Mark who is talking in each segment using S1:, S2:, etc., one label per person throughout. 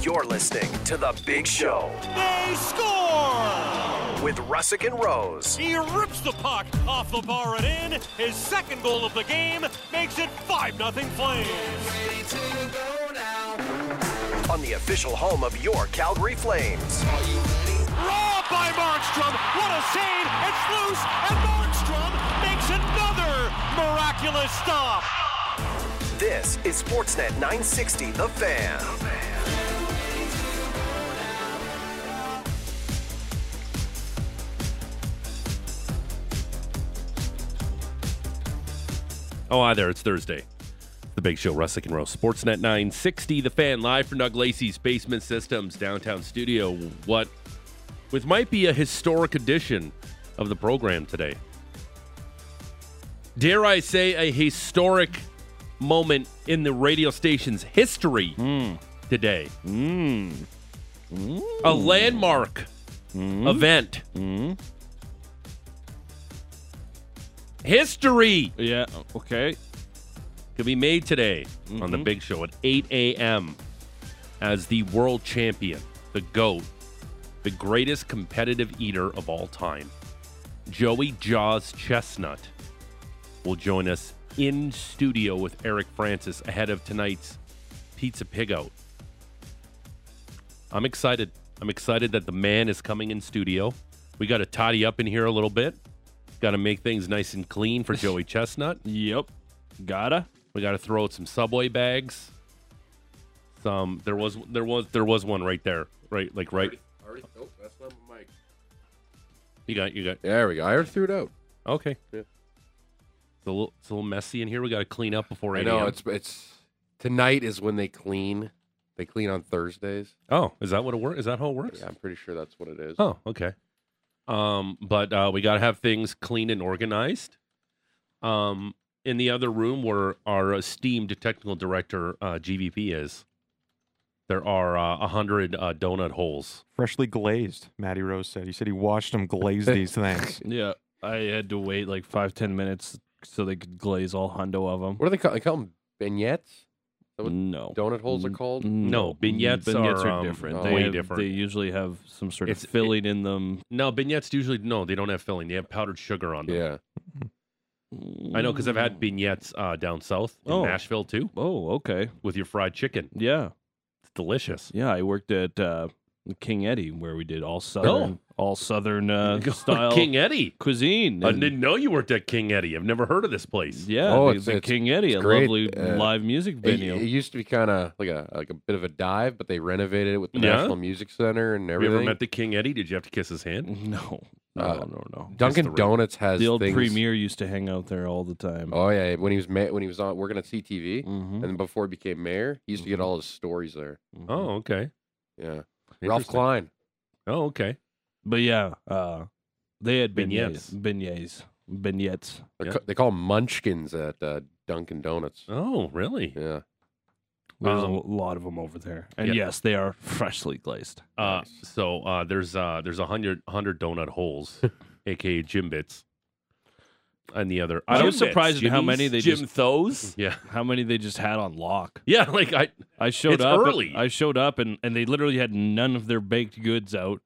S1: You're listening to The Big Show
S2: They score!
S1: with Russick and Rose.
S2: He rips the puck off the bar and in. His second goal of the game makes it 5 0 Flames.
S1: on the official home of your Calgary Flames.
S2: Robbed by Markstrom. What a save. It's loose. And Markstrom makes another miraculous stop.
S1: This is Sportsnet 960, The Fan.
S3: Oh, hi there. It's Thursday. The Big Show, Russick and Rose. Sportsnet 960, The Fan, live from Doug Lacey's Basement Systems downtown studio. What, which might be a historic edition of the program today. Dare I say, a historic moment in the radio station's history today. A landmark event. History
S4: Yeah. Okay.
S3: could be made today on the big show at 8 a.m. as the world champion, the GOAT, the greatest competitive eater of all time. Joey Jaws Chestnut will join us in studio with Eric Francis ahead of tonight's Pizza Pig Out. I'm excited. I'm excited that the man is coming in studio. We got to tidy up in here a little bit. Got to make things nice and clean for Joey Chestnut.
S4: Yep. Gotta.
S3: We got to throw out some Subway bags. Some there was there was there was one right there, right like right.
S5: Oh.
S3: You got you got
S5: There we go. I already threw it out.
S3: okay. It's a little it's a little messy in here. We got to clean up before
S5: I
S3: 8
S5: know
S3: a.m.
S5: it's it's tonight is when they clean. They clean on Thursdays.
S3: Oh, is that what it works? Is that how it works?
S5: Yeah, I'm pretty sure that's what it is.
S3: Oh, okay. Um, but uh, we got to have things clean and organized. Um, in the other room where our esteemed technical director uh, GVP is, there are a hundred uh, donut holes.
S6: Freshly glazed, Matty Rose said. He said he watched them glaze these things.
S4: Yeah. I had to wait like five ten minutes so they could glaze all hundo of them.
S5: What do they call? They call them beignets. What-
S4: No.
S5: Donut holes are called.
S3: No, beignets
S4: beignets
S3: are,
S4: are,
S3: um,
S4: different.
S5: no.
S4: They
S3: way
S4: have-
S3: different.
S4: They usually have some sort
S3: It's-
S4: of filling in them.
S3: No, beignets usually no. They don't have filling. They have powdered sugar on them.
S5: Yeah.
S3: I know because I've had beignets uh, down south in
S4: Oh.
S3: Nashville too
S4: Oh, okay.
S3: with your fried chicken.
S4: Yeah.
S3: It's delicious.
S4: Yeah, I worked at uh, King Eddie where we did all southern all southern uh, style
S3: King Eddie.
S4: cuisine.
S3: I
S4: and-
S3: didn't know you worked at King Eddie. I've never heard of this place.
S4: yeah,
S5: Oh,
S4: the-
S5: it's-
S4: the
S5: it's-
S4: King Eddie,
S5: it's
S4: a
S5: great.
S4: lovely
S5: Uh,
S4: live music
S5: It,
S4: venue.
S5: it used to be kind of like a like a bit of a dive, but they renovated it with the
S3: Yeah?
S5: National Music Center and
S3: Have you
S5: everything.
S3: ever met the King Eddie? Did you have to kiss his hand?
S4: No, no,
S5: Uh,
S4: no, no.
S5: Dunkin'
S3: the ring.
S5: Donuts has
S4: The old
S5: things-
S4: premier used to hang out there all the time.
S5: Oh yeah, when he was ma- when he was on working at CTV,
S4: Mhm.
S3: Mm-hmm.
S5: and then before he became mayor, he used to get all his stories there.
S4: Mhm.
S3: Oh, okay.
S5: Yeah, Ralph
S3: Interesting.
S5: Klein.
S3: Oh, okay.
S4: but yeah, uh, they had beignets,
S3: Beignets.
S4: beignets, beignets.
S5: They're
S3: Yeah.
S5: ca- they call 'em munchkins at uh, Dunkin' Donuts.
S4: Uh,
S3: Oh, really?
S5: Yeah.
S4: There's
S3: Um,
S4: a lot of them over there, and
S3: yeah.
S4: yes, they are freshly glazed.
S3: Uh,
S5: Nice.
S3: so uh, there's uh, there's a hundred hundred donut holes, aka Jimbits, and the other.
S4: I was
S3: Jimbits,
S4: surprised at how many
S3: Jimmy's,
S4: they
S3: Jim
S4: just-
S3: Thos. Yeah,
S4: How many they just had on lock?
S3: yeah. Like I,
S4: I showed
S3: It's
S4: up.
S3: early.
S4: I showed up, and, and they literally had none of their baked goods out.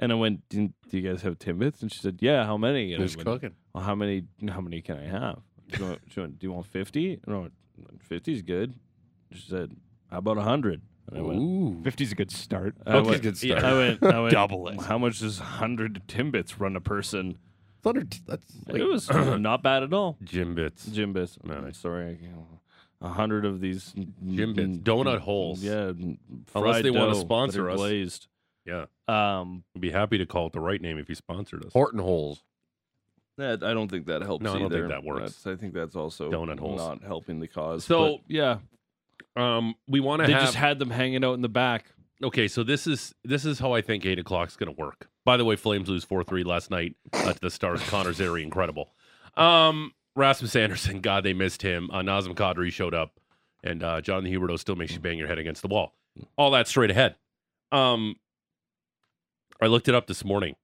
S4: And I went, do, "Do you guys have timbits?" And she said, "Yeah, how many?" And I
S5: Who's
S4: went,
S5: cooking?
S4: well, how many how many can I have? She went, she went, do you want 50? And I went, 50 is good. She said, how about 100? And I went,
S5: Ooh.
S6: 50's a good start.
S4: I
S5: Okay,
S4: went,
S5: good
S3: yeah.
S5: start.
S4: I went, I went,
S6: Double it.
S4: How much does 100 Timbits run a person?
S5: It's under t- That's like,
S4: it was not bad at all.
S3: Jimbits.
S4: Jimbits.
S3: No,
S4: I'm
S3: I-
S4: sorry. I can't- A hundred of these
S3: Jimbits. Donut holes.
S4: Yeah. n-
S3: Unless
S4: fried
S3: they wanna
S4: dough that are
S3: sponsor us.
S4: Glazed.
S3: Yeah,
S4: Um,
S3: I'd be happy to call it the right name if you sponsored us.
S5: Horton holes.
S4: that, I don't think that helps
S3: No, I don't think
S4: either.
S3: that works.
S4: That's- I think that's also
S3: Donut holes.
S4: not helping the cause.
S3: So-
S4: but, yeah,
S3: Um, we want to
S4: they
S3: have.
S4: just had them hanging out in the back.
S3: okay, so this is this is how I think eight o'clock's going to work. By the way, Flames lose four three last night uh, to the Stars. Connor Zary, incredible. Um, Rasmus Anderson, God, they missed him. Uh, Nazem Kadri showed up, and uh, John the Huberto still makes you bang your head against the wall. All that straight ahead. Um, I looked it up this morning.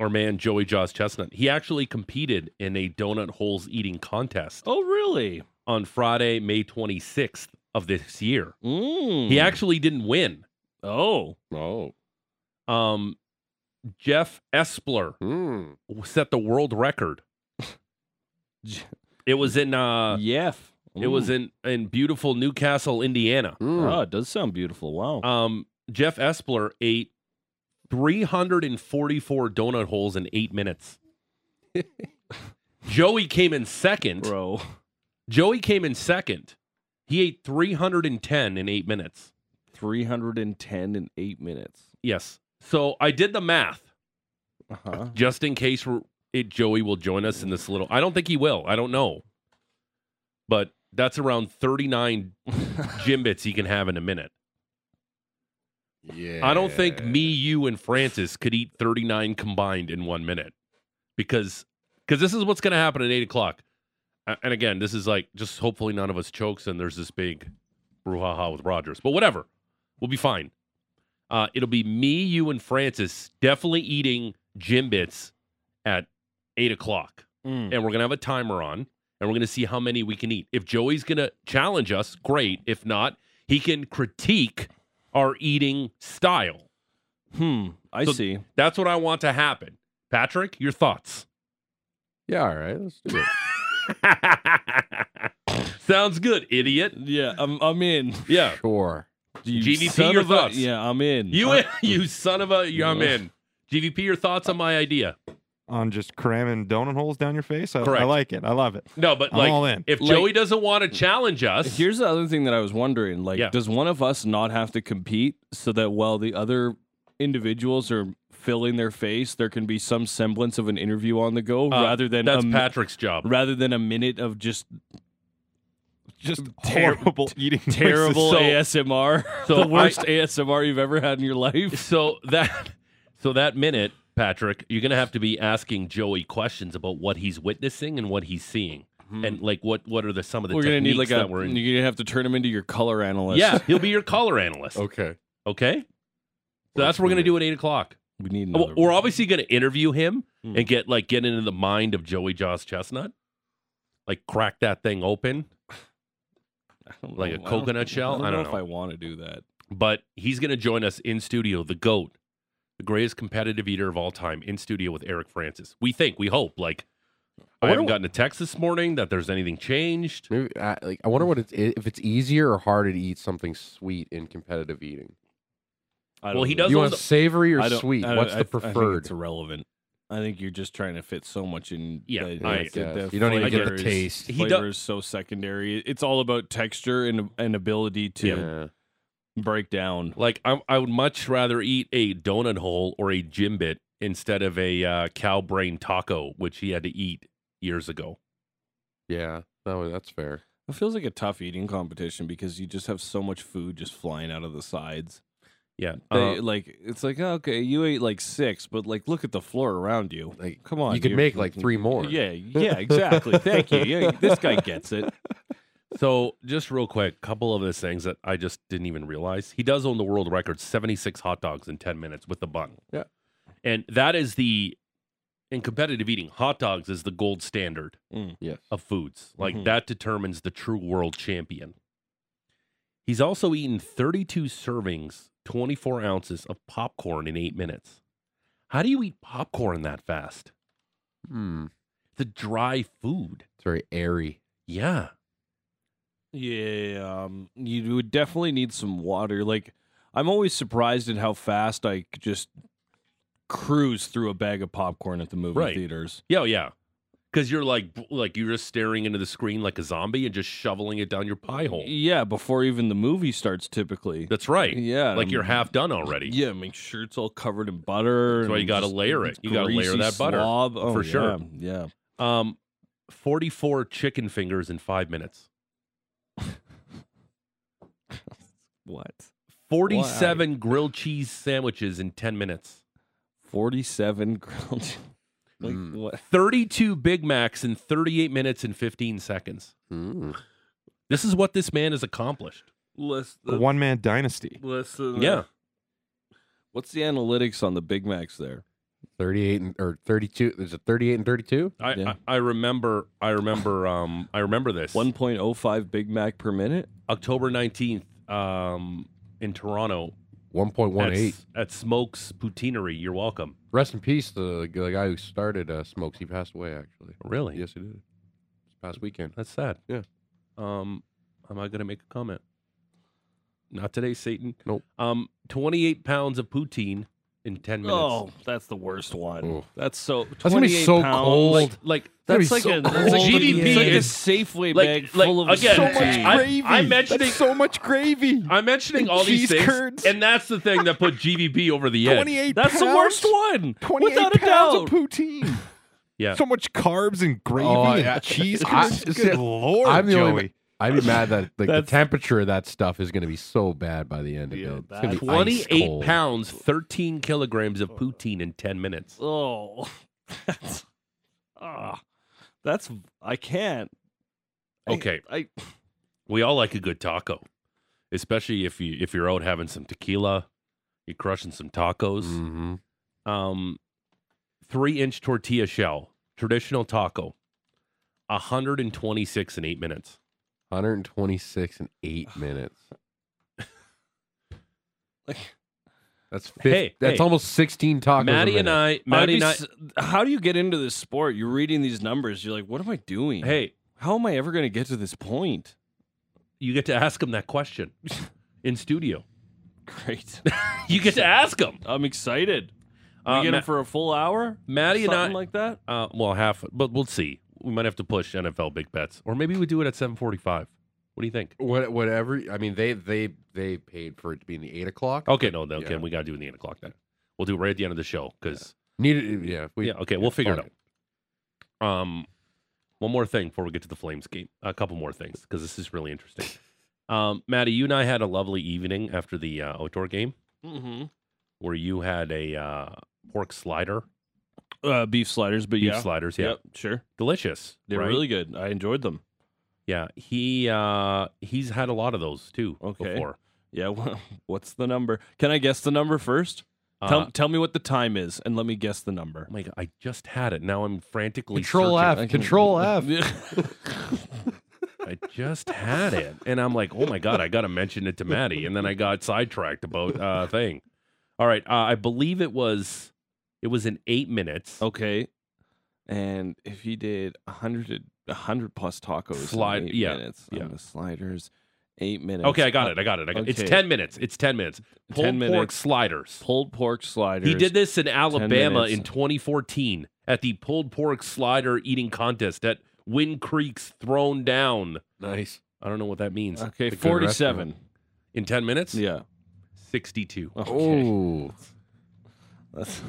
S3: Our man Joey Jaws Chestnut, he actually competed in a donut holes eating contest
S4: Oh, really?
S3: on Friday, May 26th of this year.
S4: Mm.
S3: He actually didn't win.
S4: Oh,
S5: Oh.
S3: Um, Jeff Espler
S5: Hmm.
S3: set the world record.
S4: J-
S3: It was in uh,
S4: Yef.
S3: it was in in beautiful Newcastle, Indiana.
S5: Hmm.
S4: Oh, it does sound beautiful. Wow.
S3: Um, Jeff Espler ate 344 donut holes in eight minutes. Joey came in second.
S4: Bro,
S3: Joey came in second. He ate 310 in eight minutes.
S4: 310 in eight minutes.
S3: Yes. So I did the math
S4: Uh-huh.
S3: just in case we're, it, Joey will join us in this little. I don't think he will. I don't know. But that's around 39 Jimbits he can have in a minute.
S5: Yeah.
S3: I don't think me, you, and Francis could eat 39 combined in one minute because because this is what's going to happen at eight o'clock. A- And again, this is like just hopefully none of us chokes and there's this big brouhaha with Rogers, but whatever, we'll be fine. Uh, it'll be me, you, and Francis definitely eating Jimbits at eight o'clock,
S4: Mm.
S3: and we're gonna have a timer on, and we're gonna see how many we can eat. If Joey's gonna challenge us, great. If not, he can critique our eating style.
S4: Hmm. I
S3: So-
S4: see.
S3: That's what I want to happen. Patrick, your thoughts.
S5: Yeah, all right. Let's do it.
S3: Sounds good, idiot.
S4: Yeah, I'm, I'm in.
S3: Yeah.
S5: Sure.
S4: You
S3: GVP,
S4: son
S3: your
S4: of a-
S3: thoughts.
S4: yeah, I'm in. Uh,
S3: You
S4: I-
S3: you son of a I'm in. GVP, your thoughts on my idea.
S6: on just cramming donut holes down your face. I, I
S3: Correct.
S6: like it. I love it.
S3: No, but
S6: I'm
S3: like
S6: all in.
S3: if
S4: Like-
S3: Joey doesn't want to challenge us,
S4: Here's the other thing that I was wondering: like,
S3: Yeah.
S4: does one of us not have to compete so that while the other individuals are filling their face, there can be some semblance of an interview on the go
S3: uh,
S4: rather than
S3: that's
S4: a, mi-
S3: Patrick's job.
S4: rather than a minute of just
S6: Just
S4: Ter-
S6: horrible eating. noises.
S4: terrible
S3: So-
S4: ASMR,
S3: so I-
S4: the worst ASMR you've ever had in your life.
S3: So that so that minute, Patrick, you're gonna have to be asking Joey questions about what he's witnessing and what he's seeing, and like what what are the some of the
S4: Mm-hmm. we're gonna need
S3: techniques
S4: like a.
S3: that we're in.
S4: You're gonna have to turn him into your color analyst.
S3: Yeah, he'll be your color analyst.
S5: Okay.
S3: Okay. So that's what we're gonna do at eight o'clock.
S4: we need.
S3: Well,
S4: Another
S3: We're obviously gonna interview him
S4: Hmm.
S3: and get like get into the mind of Joey Joss Chestnut. Like crack that thing open,
S4: I don't
S3: like
S4: know.
S3: a
S4: I don't-
S3: coconut shell? I don't
S4: if
S3: know.
S4: I want to do that.
S3: but he's gonna join us in studio, the GOAT, the greatest competitive eater of all time, in studio with Eric Francis. We think, we hope. Like I,
S5: I wonder
S3: haven't
S5: wh-
S3: gotten a text this morning that there's anything changed.
S5: Maybe I, like I wonder what it's if it's easier or harder to eat something sweet in competitive eating.
S4: I
S3: Well,
S4: don't
S3: he
S4: know.
S3: does
S5: you
S3: all
S5: want
S3: the-
S5: savory or
S4: I don't-
S5: sweet?
S4: I don't-
S5: What's
S4: I
S5: the
S4: th- I think
S5: preferred?
S4: it's irrelevant. I think you're just trying to fit so much in.
S3: Yeah,
S4: the,
S3: I
S4: the- the
S5: guess. You don't even get the
S4: flavors-
S5: taste.
S3: He do-
S4: Flavor is so secondary. It's all about texture and and ability to
S5: yeah.
S4: break down.
S3: Like I, I would much rather eat a donut hole or a Jimbit instead of a uh, cow brain taco, which he had to eat years ago.
S5: Yeah. No, that's fair.
S4: It feels like a tough eating competition because you just have so much food just flying out of the sides.
S3: Yeah, uh,
S4: They, like it's like oh, okay, you ate like six, but like look at the floor around you.
S5: Like
S4: Come on,
S5: you could
S4: you're-
S5: make like three more.
S4: Yeah, yeah, exactly. Thank you. Yeah, this guy gets it.
S3: So, just real quick, couple of those things that I just didn't even realize. He does own the world record 76 hot dogs in 10 minutes with the bun.
S5: Yeah.
S3: And that is the, in competitive eating, hot dogs is the gold standard
S5: Yes.
S3: of foods. Like
S4: Mhm.
S3: that determines the true world champion. He's also eaten 32 servings, 24 ounces of popcorn in eight minutes. How do you eat popcorn that fast?
S5: Hmm.
S3: It's a dry food.
S5: It's very airy.
S3: Yeah.
S4: Yeah, um, you would definitely need some water. Like, I'm always surprised at how fast I could just cruise through a bag of popcorn at the movie
S3: Right.
S4: theaters.
S3: Yeah, oh, yeah. Because you're like, like you're just staring into the screen like a zombie and just shoveling it down your pie hole.
S4: Yeah, before even the movie starts, typically.
S3: That's right.
S4: Yeah,
S3: Like
S4: um,
S3: you're half done already.
S4: Yeah, make sure it's all covered in butter.
S3: That's why you
S4: and
S3: gotta
S4: just
S3: layer it. You gotta layer
S4: greasy
S3: that butter,
S4: slob. Oh,
S3: for sure.
S4: Yeah, yeah.
S3: Um, 44 chicken fingers in five minutes.
S4: What?
S3: 47 grilled cheese sandwiches in 10 minutes.
S4: Forty-seven grilled. che- like
S5: Mm.
S4: what?
S3: 32 Big Macs in 38 minutes and 15 seconds.
S5: Hmm.
S3: This is what this man has accomplished.
S4: Less
S6: A
S4: than.
S6: one man dynasty.
S4: Less than.
S3: Yeah.
S4: What's the analytics on the Big Macs there?
S5: Thirty-eight and or thirty-two. There's a thirty-eight and thirty-two.
S3: I,
S4: Yeah.
S3: I, I remember I remember um I remember this.
S4: 1.05 Big Mac per minute.
S3: October 19th um, in Toronto,
S5: One point one
S3: at,
S5: eight.
S3: s- at Smokes Poutinery. You're welcome.
S5: Rest in peace. The, the guy who started uh, Smokes, he passed away actually.
S3: Really?
S5: Yes, he did. This past weekend.
S3: That's sad.
S5: Yeah.
S3: Um, am I gonna make a comment? Not today, Satan.
S5: Nope.
S3: Um, 28 pounds of poutine in 10 minutes.
S4: Oh, that's the worst one.
S5: Oof.
S4: That's so.
S5: That's gonna be
S4: 28
S5: so
S4: pounds.
S5: cold.
S4: Like,
S3: Like
S5: That'd be
S4: that's like
S5: so
S4: a that's like
S5: cold.
S3: GDP
S4: it's like a
S3: is-
S4: Safeway bag
S3: like, like
S4: full of
S3: again,
S6: So
S4: poutine.
S6: much
S3: I-
S6: gravy.
S3: I'm mentioning-
S6: That's so much gravy.
S3: I'm mentioning
S6: And
S3: all these
S6: cheese
S3: things,
S6: curds.
S3: and that's the thing that put GVP over the edge.
S6: Twenty-eight.
S4: That's the
S6: pounds?
S4: worst one.
S6: Twenty-eight
S4: Without a
S6: pounds
S4: doubt.
S6: of poutine.
S3: Yeah.
S6: So much carbs and gravy
S5: Oh,
S6: and
S5: I-
S6: cheese.
S5: I-
S6: curds.
S5: see,
S6: Good lord,
S5: I'm the
S6: Joey.
S5: only. I'd be mad that like, the
S4: That's-
S5: temperature of that stuff is going to be so bad by the end of
S4: Yeah,
S5: it. It's gonna be
S4: that's-
S5: ice
S3: 28
S5: cold.
S3: pounds, 13 kilograms of poutine in 10 minutes.
S4: oh, that's ah, that's I can't. I-
S3: Okay.
S4: I,
S3: We all like a good taco, especially if you if you're out having some tequila, you're crushing some tacos.
S5: Mhm.
S3: um, three inch tortilla shell, traditional taco, 126 in eight minutes.
S5: 126 in eight minutes.
S4: Like-
S5: that's fif-
S3: Hey,
S5: that's
S3: hey.
S5: almost 16 tacos.
S3: Maddie
S5: a
S3: and
S5: minute.
S3: I,
S4: I'd
S3: Maddie and
S4: be
S3: I,
S4: s- how do you get into this sport? You're reading these numbers. You're like, what am I doing?
S3: hey,
S4: how am I ever going to get to this point?
S3: you get to ask him that question in studio.
S4: Great.
S3: You get to ask him.
S4: I'm excited. We
S3: Uh,
S4: get
S3: Ma-
S4: him for a full hour.
S3: Maddie and
S4: Something
S3: I,
S4: like that.
S3: uh, well, half, but we'll see. We might have to push NFL big bets, or maybe we do it at 7:45. What do you think?
S5: What, whatever. I mean, they they they paid for it to be in the eight o'clock.
S3: Okay, no, no,
S5: Yeah.
S3: okay, we gotta do it in the eight o'clock then. We'll do it right at the end of the show because
S5: Needed. Yeah. if We,
S3: yeah, okay, we'll figure it
S5: fuck
S3: out. Um, one more thing before we get to the Flames game. A couple more things because this is really interesting. Um, Maddie, you and I had a lovely evening after the uh, outdoor game
S4: Mm-hmm.
S3: where you had a uh, pork slider,
S4: Uh, beef sliders, but
S3: beef
S4: yeah,
S3: sliders, yeah,
S4: Yep, sure.
S3: delicious.
S4: They were
S3: right?
S4: really good. I enjoyed them.
S3: yeah. He uh, he's had a lot of those too
S4: Okay.
S3: before.
S4: Yeah. wha- What's the number? Can I guess the number first?
S3: Uh,
S4: tell, tell me what the time is, and let me guess the number.
S3: oh my god, I just had it. Now I'm frantically
S5: Control
S3: searching.
S5: F. Control F.
S3: I just had it, and I'm like, oh my god, I gotta mention it to Maddie, and then I got sidetracked about uh thing. All right, uh, I believe it was it was in eight minutes.
S4: okay. And if he did a hundred, a hundred plus tacos,
S3: Slide-
S4: in eight
S3: yeah,
S4: minutes
S3: yeah.
S4: on the sliders, eight minutes.
S3: Okay, I got it. I got it. I got it. It's
S4: uh, Okay.
S3: ten minutes. It's ten minutes. Pulled
S4: 10
S3: pork
S4: minutes.
S3: sliders.
S4: Pulled pork sliders.
S3: He did this in Alabama
S4: minutes.
S3: in 2014 at the pulled pork slider eating contest at Wind Creek's Thrown Down.
S5: Nice.
S3: I don't know what that means.
S4: Okay,
S5: a good
S4: forty-seven.
S3: In ten minutes,
S4: Yeah.
S3: 62.
S4: Okay.
S5: Oh,
S4: That's-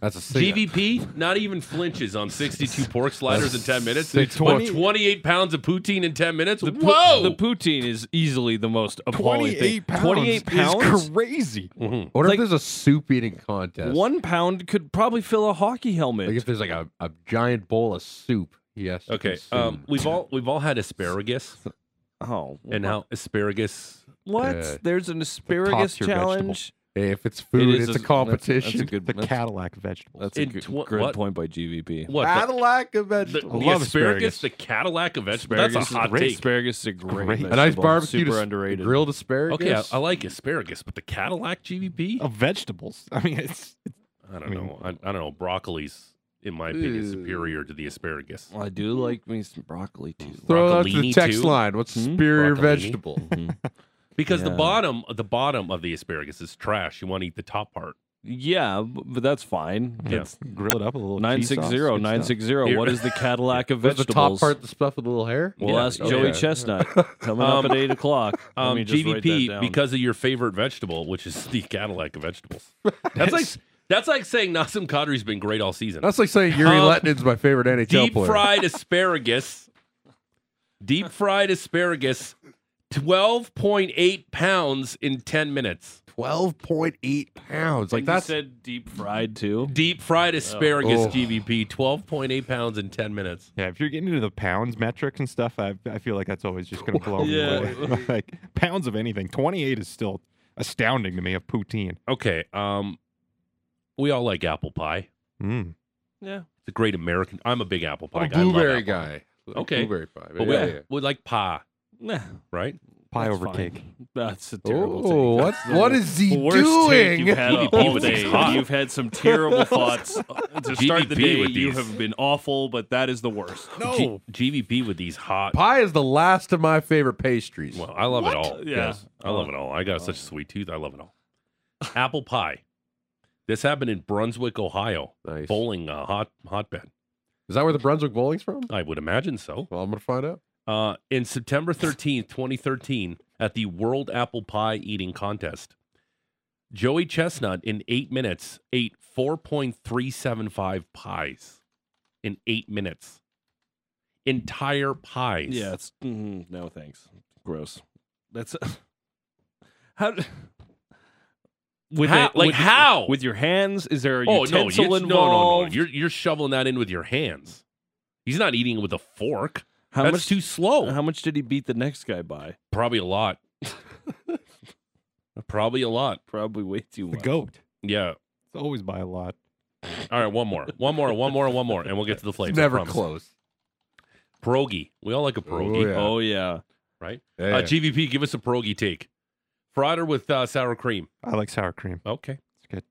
S5: that's a six.
S3: GVP not even flinches on 62 pork sliders in 10 minutes.
S5: Say
S3: It's what,
S5: 20
S3: 28 pounds of poutine in 10 minutes.
S4: The, pu-
S3: Whoa!
S4: the poutine is easily the most appalling thing.
S6: Twenty-eight pounds.
S4: 28 pounds?
S6: Is crazy.
S3: Mhm.
S5: What
S4: like-
S5: if there's a soup eating contest?
S4: One pound could probably fill a hockey helmet.
S5: Like if there's like a, a giant bowl of soup. Yes.
S3: Okay, um, we've all we've all had asparagus
S4: oh,
S3: and how asparagus.
S4: what?
S5: Yeah.
S4: There's an asparagus
S6: tier vegetable.
S4: challenge.
S5: if it's food,
S4: It is
S5: it's a
S4: that's-
S5: competition.
S4: That's, a good.
S6: The
S4: That's,
S6: Cadillac vegetable.
S4: that's a
S3: In
S4: good,
S3: tw-
S4: good
S3: what?
S4: point by GVP.
S3: What the,
S5: Cadillac of
S3: the, the
S5: vegetable.
S3: asparagus,
S6: love asparagus.
S3: the Cadillac of asparagus.
S4: That's a
S3: is hot
S4: hot
S3: take.
S4: Asparagus is a great,
S6: Great. A
S5: A nice
S4: vegetable.
S5: barbecue,
S4: Super
S5: to s-
S4: underrated. uh,
S5: grilled asparagus.
S3: Okay, I, I like asparagus, but the Cadillac GVP,
S6: of vegetables. I mean, it's
S3: I don't
S6: Oh, I mean-
S3: know. I, I don't know. Broccoli's, in my opinion,
S5: Ew.
S3: superior to the asparagus.
S4: I do like me some broccoli too.
S5: Throw it out to the
S3: broccolini,
S5: text
S3: too.
S5: line. What's the
S4: Hmm?
S5: superior
S3: Broccolini.
S5: vegetable?
S4: Mhm.
S3: Because the
S4: Yeah.
S3: bottom, the bottom of the asparagus is trash. You want to eat the top part.
S4: yeah, b- but that's fine.
S3: Yeah.
S4: It's
S6: grill it up a little.
S4: nine
S6: cheese sauce,
S4: six
S6: good
S4: zero
S6: stuff.
S4: nine six zero.
S3: Here-
S4: What is the Cadillac of
S5: That's the top
S4: vegetables?
S5: part, the stuff with the little hair. Oh,
S4: Well,
S3: Yeah,
S4: that's
S5: okay.
S4: Joey Chestnut coming up
S3: Um,
S4: at eight o'clock. Let
S3: Um,
S4: me just write that
S3: GVP
S4: down.
S3: because of your favorite vegetable, which is the Cadillac of vegetables. That's like that's like saying Nassim Kadri's been great all season.
S5: That's like saying Yuri
S3: Um,
S5: Letnin's my favorite NHL
S3: deep
S5: player.
S3: fried asparagus. Deep fried asparagus, twelve point eight pounds in ten minutes.
S5: Twelve point eight pounds. Like
S4: And you
S5: that's
S4: said deep fried too.
S3: Deep fried asparagus,
S5: Oh.
S3: GVP, twelve point eight pounds in ten minutes.
S6: Yeah, if you're getting into the pounds metrics and stuff, I I feel like that's always just going to blow me
S4: Yeah.
S6: away. like pounds of anything. Twenty eight is still astounding to me. Of poutine.
S3: Okay, um, we all like apple pie.
S6: Mm.
S4: Yeah.
S3: It's a great American. I'm a big apple pie
S5: I'm a
S3: guy. I love
S5: Oh, blueberry
S3: apple.
S5: guy.
S3: Okay.
S5: Blueberry pie.
S3: But
S5: yeah,
S3: we,
S5: yeah.
S3: we like pie,
S4: Nah.
S3: right?
S6: Pie
S4: That's
S6: over
S4: fine.
S6: cake.
S4: That's a terrible
S5: Oh,
S4: take.
S5: what what is he
S4: Worst take
S5: doing?
S4: you've had all
S3: was
S4: day.
S3: hot.
S4: You've had some terrible thoughts to start
S3: GVP
S4: the day.
S3: with
S4: You
S3: these.
S4: have been awful, but that is the worst.
S5: No.
S3: G- GVP with these hot.
S5: Pie is the last of my favorite pastries.
S3: Well, I love it all.
S4: Yeah. Oh.
S3: Yes, I love it all. I got such a sweet tooth. I love it all. Apple pie. This happened in Brunswick, Ohio.
S5: nice.
S3: Bowling uh, hot hotbed.
S5: Is that where the Brunswick Bowling's from?
S3: I would imagine so.
S5: Well, I'm gonna find out.
S3: Uh, in September 13th, 2013, at the World Apple Pie Eating Contest, Joey Chestnut in eight minutes ate 4.375 pies. In eight minutes. Entire pies.
S4: Yeah, it's mhm, no thanks. Gross. That's how. d- With
S3: How- like,
S4: with-
S3: how?
S4: With your hands? Is there a
S3: Oh, no, you,
S4: utensil
S3: no, no, no.
S4: involved?
S3: You're, you're shoveling that in with your hands. He's not eating it with a fork.
S4: how
S3: That's
S4: much?
S3: too slow.
S4: how much did he beat the next guy by?
S3: Probably a lot. Probably a lot.
S4: Probably way too
S6: The
S4: much.
S6: goat.
S3: Yeah.
S6: It's always by a lot.
S3: All right, one more. One more, one more, one more, and we'll get to the flavor.
S5: It's
S3: I
S5: never
S3: promise.
S5: close.
S3: Pierogi. We all like a pierogi.
S5: yeah.
S4: Oh yeah.
S5: Yeah.
S3: uh, GVP, give us a pierogi take. Fried or with uh, sour cream?
S6: I like sour cream.
S3: Okay.
S6: It's good.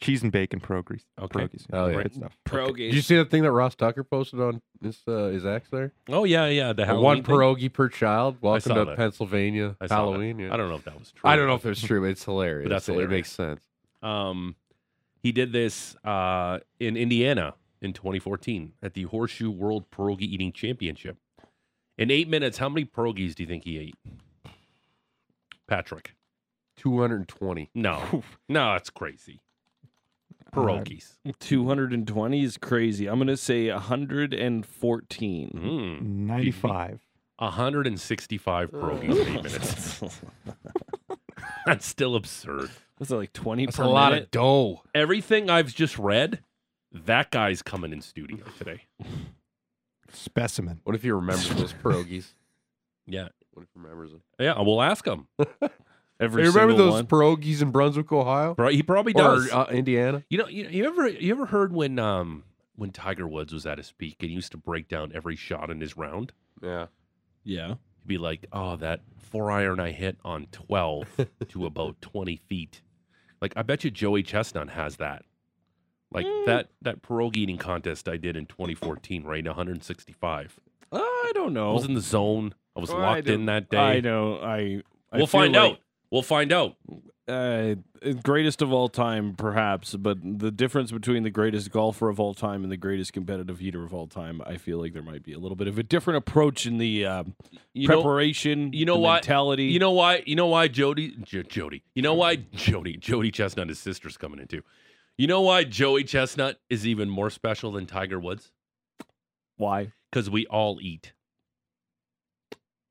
S6: Cheese and bacon pierogies.
S3: Okay.
S6: Pierogies.
S5: Oh, yeah.
S6: Good stuff.
S5: Did you see that thing that Ross Tucker posted on his uh, his ex there?
S3: Oh yeah, yeah. The
S5: The
S3: Halloween
S5: one
S3: thing.
S5: pierogi per child. Welcome
S3: saw
S5: to
S3: that.
S5: Pennsylvania
S3: I saw that.
S5: Halloween. yeah.
S3: I don't know if that was true.
S5: I don't know if it's true, but it's hilarious.
S3: But that's
S5: It-
S3: hilarious.
S5: It makes sense.
S3: Um, he did this uh, in Indiana in 2014 at the Horseshoe World Pierogi Eating Championship. In eight minutes, how many pierogies do you think he ate? Patrick.
S5: Two hundred and twenty.
S3: No, no, that's crazy. Pierogies.
S4: Two hundred and twenty is crazy. I'm gonna say hundred and fourteen.
S3: Mm.
S6: 95.
S3: 165 pierogies in eight minutes. That's still absurd.
S4: Was it like twenty
S5: That's
S4: per
S5: a lot
S4: minute?
S5: of dough.
S3: Everything I've just read, that guy's coming in studio today.
S6: Specimen.
S5: What if he remembers those pierogies?
S3: Yeah.
S5: What if he remembers them?
S3: Yeah, we'll ask him.
S4: Every
S5: You remember
S4: single
S5: those
S4: one?
S5: pierogies in Brunswick, Ohio,
S3: Pro- He probably does.
S5: or uh, Indiana?
S3: you know, you, you ever you ever heard when um when Tiger Woods was at his peak and he used to break down every shot in his round?
S5: Yeah.
S4: Yeah.
S3: He'd be like, "Oh, that four iron I hit on 12 to about 20 feet." Like I bet you Joey Chestnut has that. Like
S4: Mm.
S3: that that pierogi eating contest I did in 2014, right? 165.
S4: Uh, I don't
S3: I
S4: know.
S3: was in the zone. I was
S4: Oh, I
S3: locked in
S4: don't-
S3: that day.
S4: I know. I. I
S3: we'll
S4: feel
S3: find
S4: like,
S3: out. We'll find out.
S4: Uh, greatest of all time, perhaps, but the difference between the greatest golfer of all time and the greatest competitive eater of all time, I feel like there might be a little bit of a different approach in the um,
S3: You know,
S4: preparation.
S3: you know
S4: the
S3: what?
S4: Mentality.
S3: you know why? You know why Jody? Jo- Jody. You know why Jody? Jody Chestnut, his sister's coming in too. You know why Joey Chestnut is even more special than Tiger Woods?
S4: why?
S3: Because we all eat.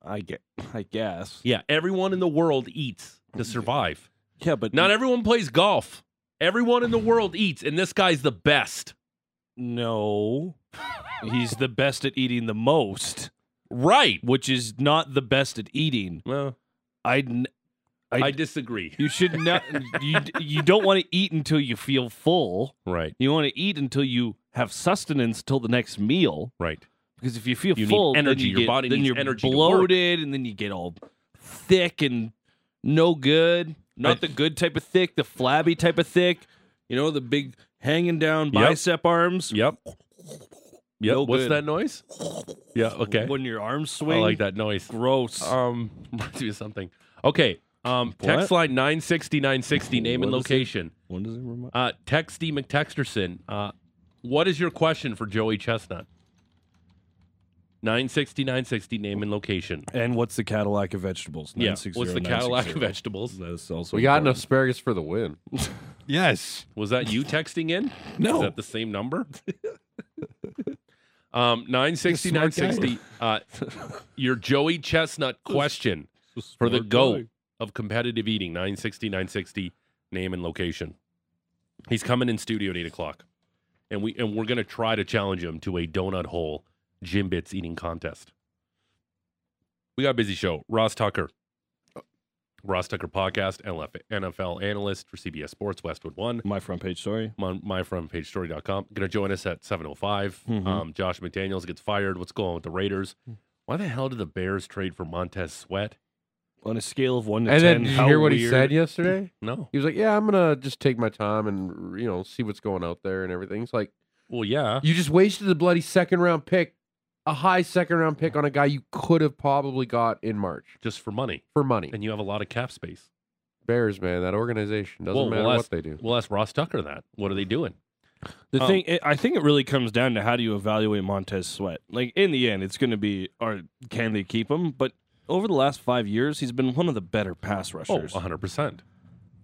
S4: I get. I guess.
S3: Yeah, everyone in the world eats to survive.
S4: Yeah, but
S3: Not everyone plays golf. Everyone in the world eats, and this guy's the best.
S4: No. He's the best at eating the most,
S3: Right.
S4: which is not the best at eating.
S3: Well,
S4: I. n- I-
S3: I disagree.
S4: You should not. you you don't want to eat until you feel full.
S3: Right.
S4: You want to eat until you have sustenance till the next meal.
S3: Right.
S4: Because if you feel
S3: You need
S4: full, then
S3: energy.
S4: you
S3: Your
S4: get-
S3: body
S4: then
S3: needs
S4: you're
S3: energy to work.
S4: bloated, and then you get all thick and no good. Not
S3: I-
S4: the good type of thick, the flabby type of thick. You know, the big hanging down
S3: Yep.
S4: bicep arms.
S3: Yep. Yep.
S4: No
S3: What's
S4: good.
S3: that noise? Yeah. Okay.
S4: When your arms
S3: I
S4: swing.
S3: like that noise.
S4: Gross.
S3: Um, reminds me of something. Okay. Um, text line 960 960, name and
S4: What is it?
S3: location.
S4: when does it remind?
S3: Uh, Texty McTexterson, uh, what is your question for Joey Chestnut? 960 960, name and location.
S4: And what's the Cadillac of vegetables?
S3: Yeah. What's the Cadillac of vegetables?
S4: That's also
S5: We got an
S4: important.
S5: asparagus for the win.
S6: Yes.
S3: Was that you texting in?
S6: No.
S3: Is that the same number? um, 960
S6: You're a smart
S3: 960, uh, your Joey Chestnut question for the
S4: Smart
S3: goat
S4: guy.
S3: of competitive eating 960 960 name and location he's coming in studio at 8 o'clock and we and we're going to try to challenge him to a donut hole Jim Bits eating contest we got a busy show ross tucker ross tucker podcast NLF nfl analyst for cbs sports westwood one
S4: My front page, sorry.
S3: on my frontpagestory.com. Going to join us at 705.
S5: Mm-hmm.
S4: Mhm.
S3: Um, Josh
S5: Hmm.
S3: McDaniels gets fired. What's going on with the Raiders? Why the hell did the Bears trade for Montez Sweat?
S4: on a scale of one to
S5: And
S4: ten.
S5: then did you
S4: how
S5: hear what he
S4: weird-
S5: said yesterday?
S3: No.
S5: He was like, "Yeah, I'm gonna just take my time and you know see what's going out there and everything." It's like
S3: Well,
S4: Uh.
S3: yeah.
S5: you just wasted the bloody second round pick, a high second round pick on a guy you could have probably got in March
S3: Just for money,
S5: for money.
S3: and you have a lot of cap space.
S5: Bears, man, that organization doesn't
S3: Well,
S5: matter
S3: well,
S5: what they do.
S3: Well, ask Ross Tucker that. What are they doing?
S4: The
S3: Oh.
S4: thing it, I think it really comes down to how do you evaluate Montez Sweat. Like in the end, it's going to be or can they keep him? But over the last five years, he's been one of the better pass
S3: Oh,
S4: rushers,
S3: 100 percent.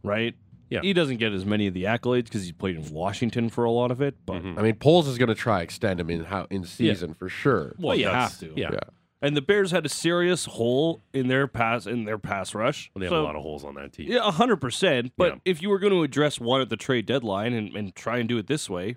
S4: right?
S3: Yeah.
S4: he doesn't get as many of the accolades because he played in Washington for a lot of it. But
S3: Mhm.
S5: I mean, Poles is gonna try extend him in how in season for sure.
S4: Well, you
S3: that's-
S4: have to.
S3: Yeah.
S5: Yeah.
S4: and the Bears had a serious hole in their pass in their pass rush.
S3: They have
S4: So-
S3: a lot of holes on that team.
S4: Yeah, hundred percent. But
S3: Yeah.
S4: if you were going to address one at the trade deadline and, and try and do it this way,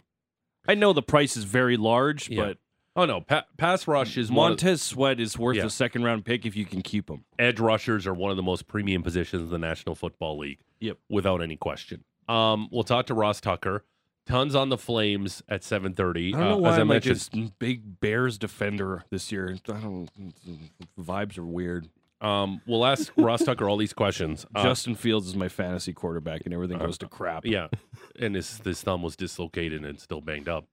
S4: I know the price is very large,
S3: Yeah.
S4: but
S3: Oh no, pa- pass rush is one of-
S4: Montez Sweat is worth
S3: Yeah.
S4: a second round pick if you can keep him.
S3: edge rushers are one of the most premium positions in the National Football League.
S4: Yep.
S3: Without any question. Um, we'll talk to Ross Tucker. Tons on the Flames at 7:30.
S4: I don't know
S3: Uh,
S4: why
S3: as I
S4: I'm like
S3: mentioned,
S4: this big Bears defender this year. I don't. Vibes are weird.
S3: um, we'll ask Ross Tucker all these questions. Uh,
S4: Justin Fields is my fantasy quarterback, and everything goes to crap.
S3: yeah, and his his thumb was dislocated and still banged up.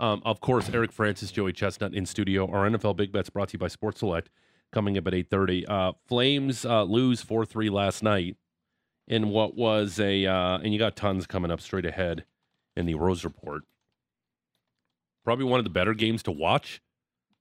S3: Um, of course, Eric Francis, Joey Chestnut in studio. Our NFL Big Bets brought to you by Sports Select. Coming up at 8:30. Uh, Flames uh, lose 4-3 last night in what was a uh, and you got tons coming up straight ahead in the Rose Report. Probably one of the better games to watch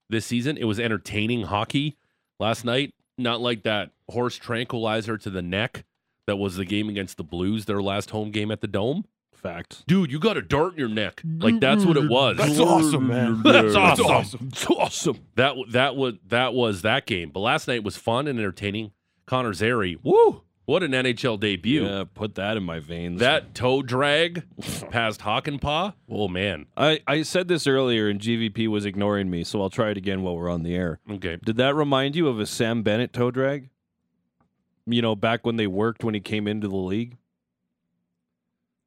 S3: this season. It was entertaining hockey last night. Not like that horse tranquilizer to the neck that was the game against the Blues, their last home game at the Dome.
S4: Fact.
S3: Dude, you got a dart in your neck. Like that's what it was.
S6: That's awesome, man.
S3: That's awesome.
S4: It's awesome.
S3: That w- that was that was that game. But last night was fun and entertaining. Connor Zary, woo! What an NHL debut.
S4: Yeah, put that in my veins.
S3: That toe drag past Hockenpah. Oh man.
S4: I, I said this earlier, and GVP was ignoring me, so I'll try it again while we're on the air.
S3: Okay.
S4: Did that remind you of a Sam Bennett toe drag? You know, back when they worked when he came into the league.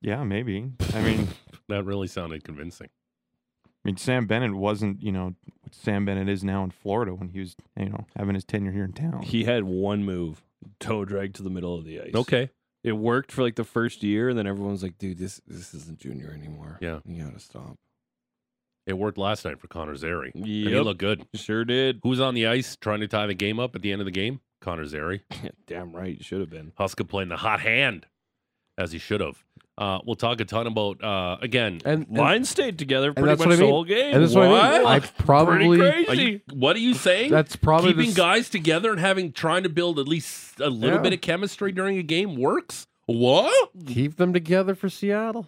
S6: Yeah, maybe. I mean,
S3: That really sounded convincing.
S6: I mean, Sam Bennett wasn't, you know, what Sam Bennett is now in Florida when he was, you know, having his tenure here in town.
S4: He had one move, toe drag to the middle of the ice.
S3: Okay.
S4: it worked for like the first year, and then everyone's like, "Dude, this this isn't junior anymore.
S3: Yeah.
S4: you gotta stop."
S3: It worked last night for Connor Zary. And He
S4: Yep,
S3: looked good.
S4: sure did.
S3: Who's on the ice trying to tie the game up at the end of the game? Connor Zary.
S4: Damn right, should have been.
S3: Huska playing the hot hand as he should have. Uh, we'll talk a ton about uh, again.
S5: And, and-
S4: Line stayed together pretty
S5: that's
S4: much
S5: what I
S4: the
S5: mean.
S4: whole game.
S5: and that's what I mean. I
S4: What?
S5: probably
S4: pretty
S3: Are you-
S4: crazy.
S3: what are you saying?
S5: that's probably the
S3: keeping
S5: s-
S3: guys together and having trying to build at least a little
S5: Yeah.
S3: bit of chemistry during a game works. What?
S5: keep them together for Seattle.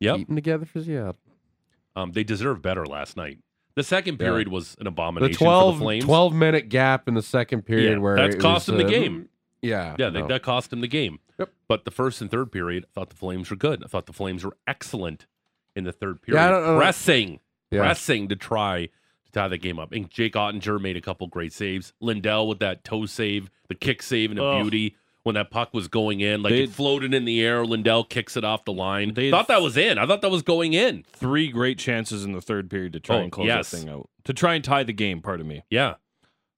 S3: Yep.
S5: Keep them together for Seattle.
S3: Um, they deserve better last night. The second
S5: Yeah.
S3: period was an
S5: The
S3: abomination for
S5: 12,
S3: the Flames.
S5: 12 minute gap in the second period
S3: yeah,
S5: where
S3: that's
S5: it
S3: cost
S5: was,
S3: them the
S5: uh,
S3: game.
S5: Yeah,
S3: Yeah, they,
S5: no.
S3: that cost them the game.
S5: Yep.
S3: But the first and third period, I thought the Flames were good. I thought the Flames were excellent in the third period.
S5: Yeah, I don't know.
S3: pressing,
S5: Yeah.
S3: pressing to try to tie the game up. And Jake Ottinger made a couple great saves. Lindell with that toe save, the kick save, and a
S4: Oh.
S3: beauty when that puck was going in. Like
S4: They-
S3: it floated in the air. Lindell kicks it off the line.
S4: They-
S3: thought that was in. I thought that was going in.
S4: Three great chances in the third period to try
S3: Oh,
S4: and close
S3: yes.
S4: that thing out, to try and tie the game. Pardon me.
S3: Yeah.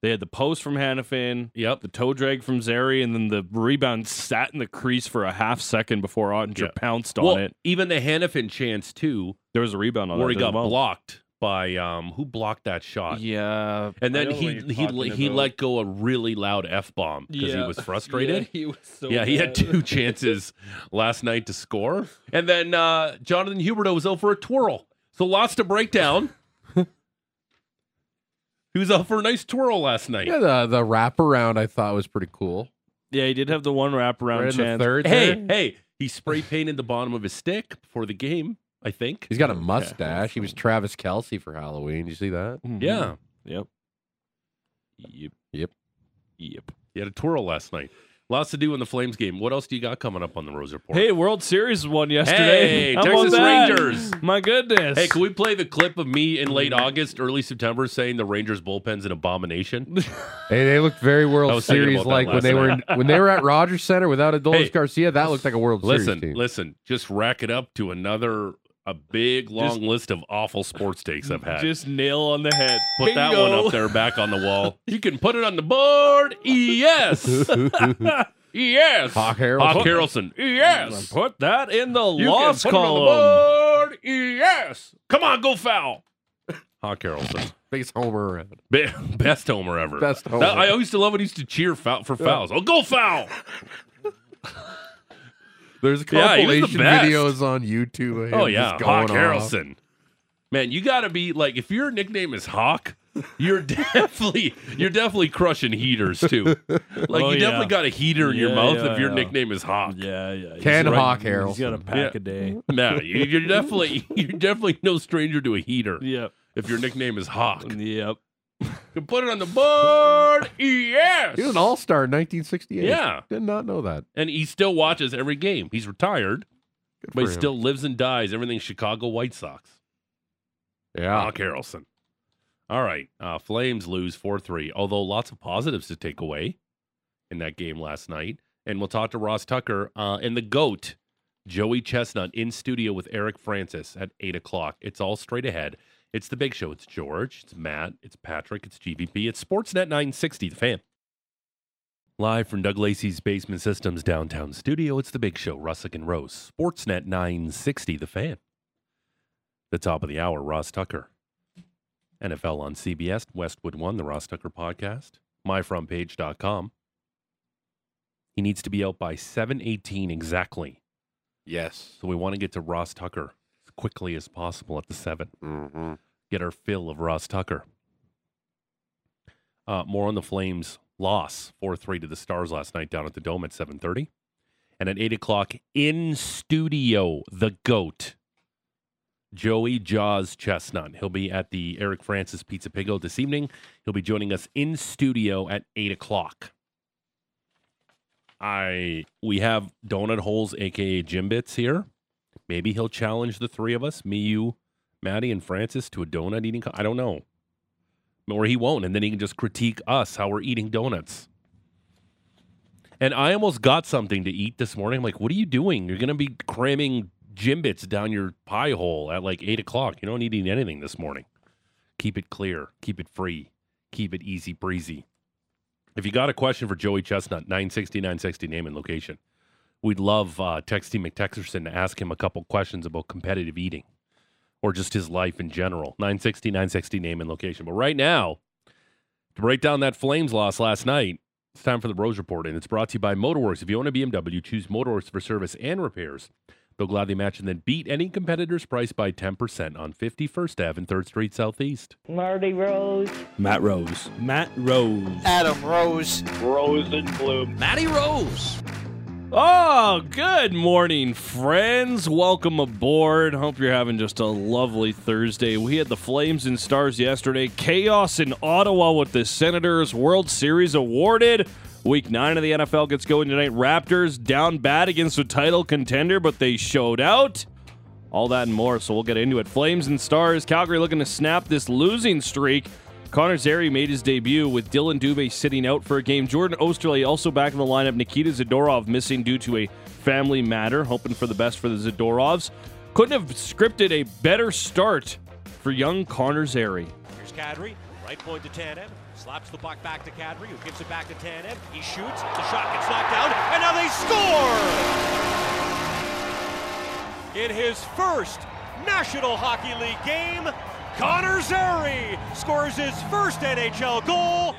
S4: They had the post from Hannafin,
S3: Yep.
S4: the toe drag from Zary, and then the rebound sat in the crease for a half second before Ottinger
S3: Yeah.
S4: pounced on
S3: Well,
S4: it.
S3: even the Hannafin chance too,
S4: There was a rebound on
S3: where
S4: Oh, that
S3: he got
S4: as well.
S3: blocked by um who blocked that shot.
S4: Yeah,
S3: And then
S4: I know
S3: he
S4: what you're
S3: he
S4: talking
S3: he
S4: about.
S3: let go a really loud f bomb because he was frustrated.
S4: he was so
S3: Yeah, he had two chances last night to score, and then uh, Jonathan Huberto was over a twirl, so lots to break down. he was out for a nice twirl last night.
S5: Yeah, the the wraparound I thought was pretty cool.
S4: Yeah, he did have the one wraparound
S5: Right in the
S4: chance.
S5: third, there.
S3: Hey, hey, he spray painted the bottom of his stick before the game. I think.
S5: he's got a mustache. He was Travis Kelsey for Halloween. You see that?
S4: Mhm.
S3: Yeah,
S4: Yep. Yep.
S5: Yep.
S4: Yep.
S3: he had a twirl last night. Lots to do in the Flames game. What else do you got coming up on the Rose Report?
S4: Hey, World Series won yesterday.
S3: Hey,
S4: How about
S3: Texas
S4: that?
S3: Rangers.
S4: My goodness.
S3: Hey, can we play the clip of me in late
S4: Mm-hmm.
S3: August, early September saying the Rangers bullpen's an abomination?
S5: Hey, they looked very
S3: I
S5: World
S3: was thinking
S5: Series
S3: about that
S5: like when
S3: last
S5: they were in, when they were at Rogers Center without Adolis
S3: Hey,
S5: Garcia. That looked like a World
S3: Listen,
S5: Series team.
S3: listen, just rack it up to another a big long list of awful sports takes I've had.
S4: Just nail on the head.
S3: put that one
S4: Bingo.
S3: up there back on the wall. You can put it on the board. Yes. yes.
S5: Hawk Harrelson.
S3: Hawk Harrelson. Yes.
S4: Put that in the
S3: You can
S4: loss
S3: put it on the
S4: column.
S3: board. Yes. Come on, go foul. Hawk Harrelson.
S5: Biggest homer around.
S3: Be- best homer ever.
S5: Best homer.
S3: That- I used to love when he used to cheer foul- for fouls. Oh, go foul.
S5: There's
S3: Yeah, he was the
S5: compilation
S3: best.
S5: videos on YouTube. Of him
S3: Oh
S5: just
S3: yeah,
S5: going
S3: Hawk
S5: off.
S3: Harrelson. Man, you gotta be like if your nickname is Hawk, you're definitely you're definitely crushing heaters too. Like
S4: Oh,
S3: you definitely
S4: yeah.
S3: got a heater in your
S4: Yeah,
S3: mouth
S4: yeah,
S3: if your
S4: yeah.
S3: nickname is Hawk.
S4: Yeah, yeah.
S5: Ken
S4: he's
S5: Hawk
S4: He's got a
S5: Harrelson.
S4: pack a day.
S3: No, you, you're definitely you're definitely no stranger to a heater
S4: Yep.
S3: if your nickname is Hawk. You
S4: Yep.
S3: can put it on the board. Yes.
S5: He was an all star in 1968.
S3: Yeah.
S5: Did not know that.
S3: and he still watches every game. He's retired,
S5: Good
S3: but he
S5: for him.
S3: still lives and dies everything Chicago White Sox.
S5: Yeah.
S3: Hawk Harrelson. All right. Uh, Flames lose 4 3, although lots of positives to take away in that game last night. And we'll talk to Ross Tucker uh, and the GOAT, Joey Chestnut, in studio with Eric Francis at 8 o'clock. It's all straight ahead. It's the big show. It's George, it's Matt, it's Patrick, it's GVP, it's Sportsnet 960, the fan. Live from Doug Lacey's Basement Systems downtown studio, it's the big show, Russick and Rose, Sportsnet 960, the fan. The top of the hour, Ross Tucker. NFL on CBS, Westwood One, the Ross Tucker podcast, myfrontpage.com. He needs to be out by 718 exactly.
S5: Yes.
S3: So we want to get to Ross Tucker as quickly as possible at the 7.
S5: Mhm.
S3: Get our fill of Ross Tucker. Uh, more on the Flames loss 4-3 to the Stars last night down at the Dome at 7.30. And at 8 o'clock in studio, the GOAT, Joey Jaws Chestnut. He'll be at the Eric Francis Pizza Pigo this evening. He'll be joining us in studio at 8 o'clock. I we have donut holes, aka Jim Bits here. Maybe he'll challenge the three of us, me, you, Maddie, and Francis, to a donut eating. Co- I don't know, or he won't, and then he can just critique us how we're eating donuts. And I almost got something to eat this morning. I'm like, what are you doing? You're gonna be cramming Jimbits down your pie hole at like eight o'clock. You don't need to eat anything this morning. Keep it clear. Keep it free. Keep it easy breezy. If you got a question for Joey Chestnut, 960, 960, name and location, we'd love uh, Texty McTexerson to ask him a couple questions about competitive eating or just his life in general. 960, 960, name and location. But right now, to break down that Flames loss last night, it's time for the Rose Report, and it's brought to you by Motorworks. If you own a BMW, choose Motorworks for service and repairs. They'll gladly match and then beat any competitor's price by 10% on 51st Ave and 3rd Street Southeast.
S7: Marty Rose.
S4: Matt Rose. Matt Rose.
S8: Adam Rose.
S4: Oh, good morning, friends. Welcome aboard. Hope you're having just a lovely Thursday. We had the Flames and Stars yesterday, chaos in Ottawa with the Senators, World Series awarded. Week nine of the NFL gets going tonight. Raptors down bad against a title contender, but they showed out. All that and more, so we'll get into it. Flames and Stars, Calgary looking to snap this losing streak. Connor Zary made his debut with Dylan Dubé sitting out for a game. Jordan Osterley also back in the lineup. Nikita Zadorov missing due to a family matter, hoping for the best for the Zadorovs. Couldn't have scripted a better start for young Connor Zary.
S2: Here's Kadri, right point to Tanev, slaps the puck back to Kadri, who gives it back to Tanev. He shoots, the shot gets knocked down, and now they score! In his first National Hockey League game, Connor Zary scores his first NHL goal.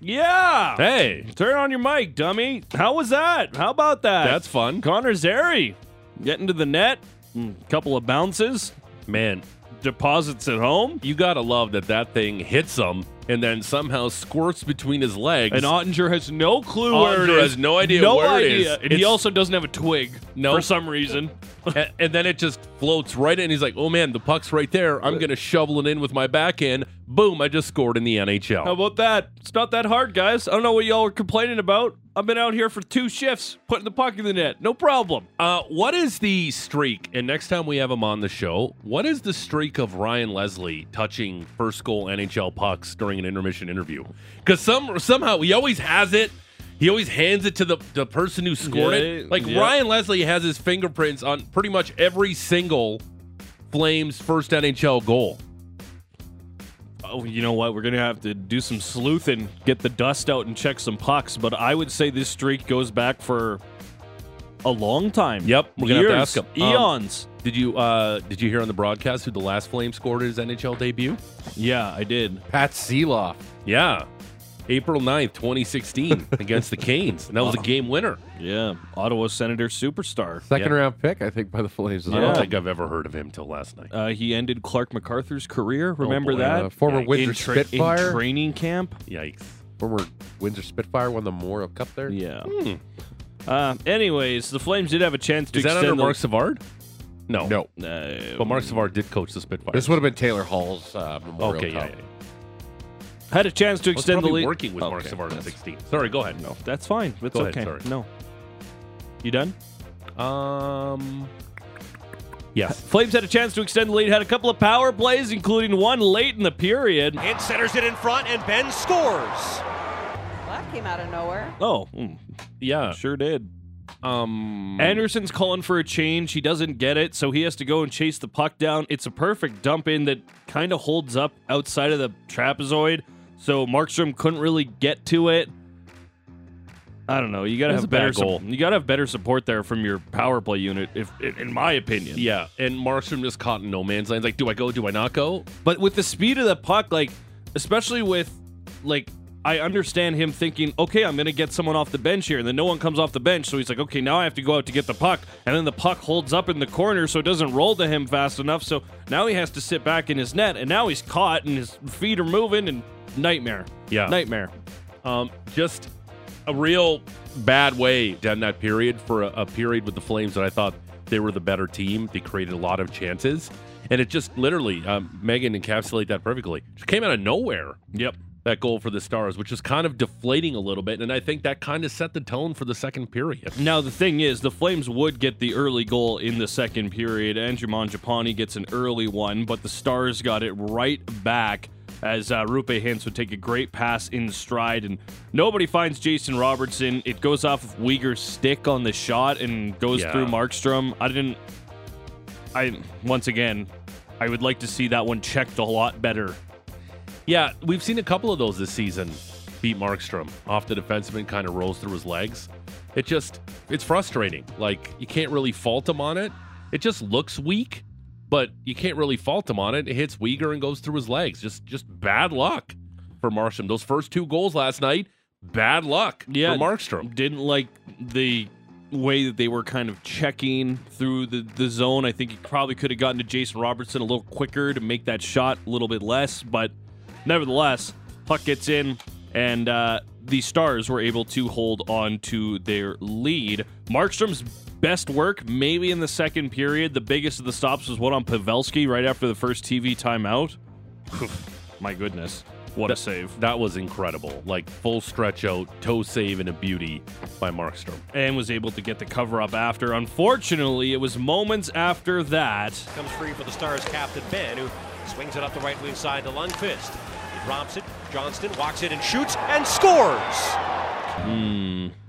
S4: Yeah!
S3: Hey.
S4: Turn on your mic, dummy. How was that? How about that?
S3: That's fun.
S4: Connor Zary getting to the net, Mm, couple of bounces,
S3: Man,
S4: deposits at home.
S3: you gotta love that that thing hits him and then somehow squirts between his legs.
S4: And Ottinger has no clue where it
S3: Ottinger
S4: is.
S3: has no idea
S4: no
S3: where it
S4: idea.
S3: is.
S4: And he
S3: It's-
S4: also doesn't have a twig
S3: No.
S4: for some reason.
S3: and, and then it just floats right in. He's like, "Oh man, the puck's right there. I'm gonna shovel it in with my back end. Boom! I just scored in the NHL."
S4: How about that? It's not that hard, guys. I don't know what y'all are complaining about. I've been out here for two shifts putting the puck in the net. No problem.
S3: Uh, what is the streak? And next time we have him on the show, what is the streak of Ryan Leslie touching first goal NHL pucks during an intermission interview? Because some somehow he always has it. He always hands it to the, the person who scored
S4: Yeah,
S3: it. Like
S4: yeah.
S3: Ryan Leslie has his fingerprints on pretty much every single Flames' first NHL goal.
S4: Oh, you know what? We're gonna have to do some sleuthing, get the dust out, and check some pucks. But I would say this streak goes back for a long time.
S3: Yep, we're gonna have to
S4: Years,
S3: ask 'em. Um,
S4: Eons.
S3: Did you uh did you hear on the broadcast who the last Flame scored his NHL debut?
S4: yeah, I did.
S5: Pat Seeloff.
S3: Yeah. April 9th, 2016 against the Canes. And that was a game winner.
S4: Yeah, Ottawa Senator superstar.
S5: Second round pick, I think, by the Flames. as
S3: I
S5: well.
S3: don't think I've ever heard of him till last night.
S4: Uh, he ended Clark MacArthur's career. Remember
S3: Oh, boy.
S4: that?
S5: Uh, former
S4: In
S5: Windsor
S4: tra- in
S5: Spitfire.
S4: training camp.
S3: Yikes.
S5: Former Windsor Spitfire won the Morrow Cup there.
S3: Hmm.
S4: Yeah. Uh, anyways, the Flames did have a chance to
S3: Is that
S4: extend
S3: under
S4: the-
S3: Mark Savard? No.
S5: No.
S4: Uh,
S3: But Mark Savard did coach the Spitfire.
S5: This would have been Taylor Hall's uh, Memorial
S3: Okay, yeah,
S5: Cup.
S3: yeah. yeah.
S4: had a chance to
S3: I was
S4: extend the
S3: probably
S4: lead.
S3: working with Mark
S4: Okay,
S3: Savard at
S4: that's-
S3: 16. Sorry, go ahead.
S4: No, that's fine. That's
S3: Go ahead,
S4: okay.
S3: sorry.
S4: No. You done?
S3: Um. Yes.
S4: Flames had a chance to extend the lead, had a couple of power plays, including one late in the period.
S2: And centers it in front, and Ben scores.
S7: Well, that came out of nowhere.
S4: Oh, mm,
S3: Yeah.
S4: sure did.
S3: Um.
S4: Anderson's calling for a change. He doesn't get it, so he has to go and chase the puck down. It's a perfect dump in that kind of holds up outside of the trapezoid, so Markstrom couldn't really get to it. I don't know. You gotta
S3: That's a
S4: have
S3: bad
S4: better.
S3: goal.
S4: Su- you gotta have better support there from your power play unit, if in in my opinion.
S3: Yeah, and Markstrom just caught in no man's land. Like, do I go? Do I not go?
S4: But with the speed of the puck, like especially with like I understand him thinking, okay, I'm gonna get someone off the bench here, and then no one comes off the bench, so he's like, okay, now I have to go out to get the puck, and then the puck holds up in the corner, so it doesn't roll to him fast enough, so now he has to sit back in his net, and now he's caught, and his feet are moving, and nightmare,
S3: Yeah.
S4: nightmare.
S3: Um, just a real bad way down that period for a, a period with the Flames that I thought they were the better team. They created a lot of chances, and it just literally um, Megan encapsulated that perfectly. Just came out of nowhere.
S4: Yep.
S3: That goal for the Stars, which is kind of deflating a little bit, and I think that kind of set the tone for the second period.
S4: Now the thing is, the Flames would get the early goal in the second period. Andrew Mangiapane gets an early one, but the Stars got it right back as uh, Rupe Hintz would take a great pass in stride, and nobody finds Jason Robertson. It goes off of Uyghur's stick on the shot and goes
S3: Yeah.
S4: through Markstrom. I didn't. I once again, I would like to see that one checked a lot better.
S3: Yeah, we've seen a couple of those this season. Beat Markstrom off the defenseman, kind of rolls through his legs. It just, it's frustrating. Like, you can't really fault him on it. It just looks weak, but you can't really fault him on it. It hits Uyghur and goes through his legs. Just, just bad luck for Markstrom. Those first two goals last night, bad luck
S4: Yeah.
S3: for Markstrom.
S4: didn't like the way that they were kind of checking through the, the zone. I think he probably could have gotten to Jason Robertson a little quicker to make that shot a little bit less, but nevertheless, puck gets in, and uh, the Stars were able to hold on to their lead. Markstrom's best work, maybe in the second period, the biggest of the stops was one on Pavelski right after the first TV timeout. My goodness, what a save!
S3: That was incredible. Like, full stretch out, toe save, and a beauty by Markstrom.
S4: and was able to get the cover up after. Unfortunately, it was moments after that.
S2: Comes free for the Stars captain Ben, who swings it up the right wing side to Lundqvist. He drops it. Johnston walks it and shoots and scores.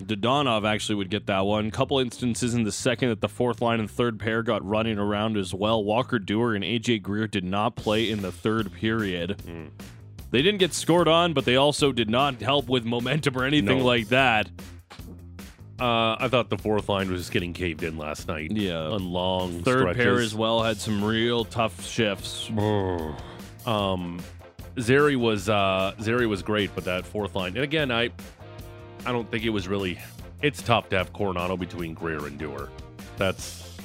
S4: Dodonov actually would get that one. Couple instances in the second that the fourth line and third pair got running around as well. Walker Dewar and AJ Greer did not play in the third period. They didn't get scored on, but they also did not help with momentum or anything
S3: No.
S4: like that.
S3: Uh, I thought the fourth line was just getting caved in last night.
S4: Yeah.
S3: on long
S4: Third pair as
S3: stretches.
S4: well had some real tough shifts.
S3: Um, Zeri was uh, Zeri was great, but that fourth line, and again, I I don't think it was really. It's tough to have Coronado between Greer and Dewar. That's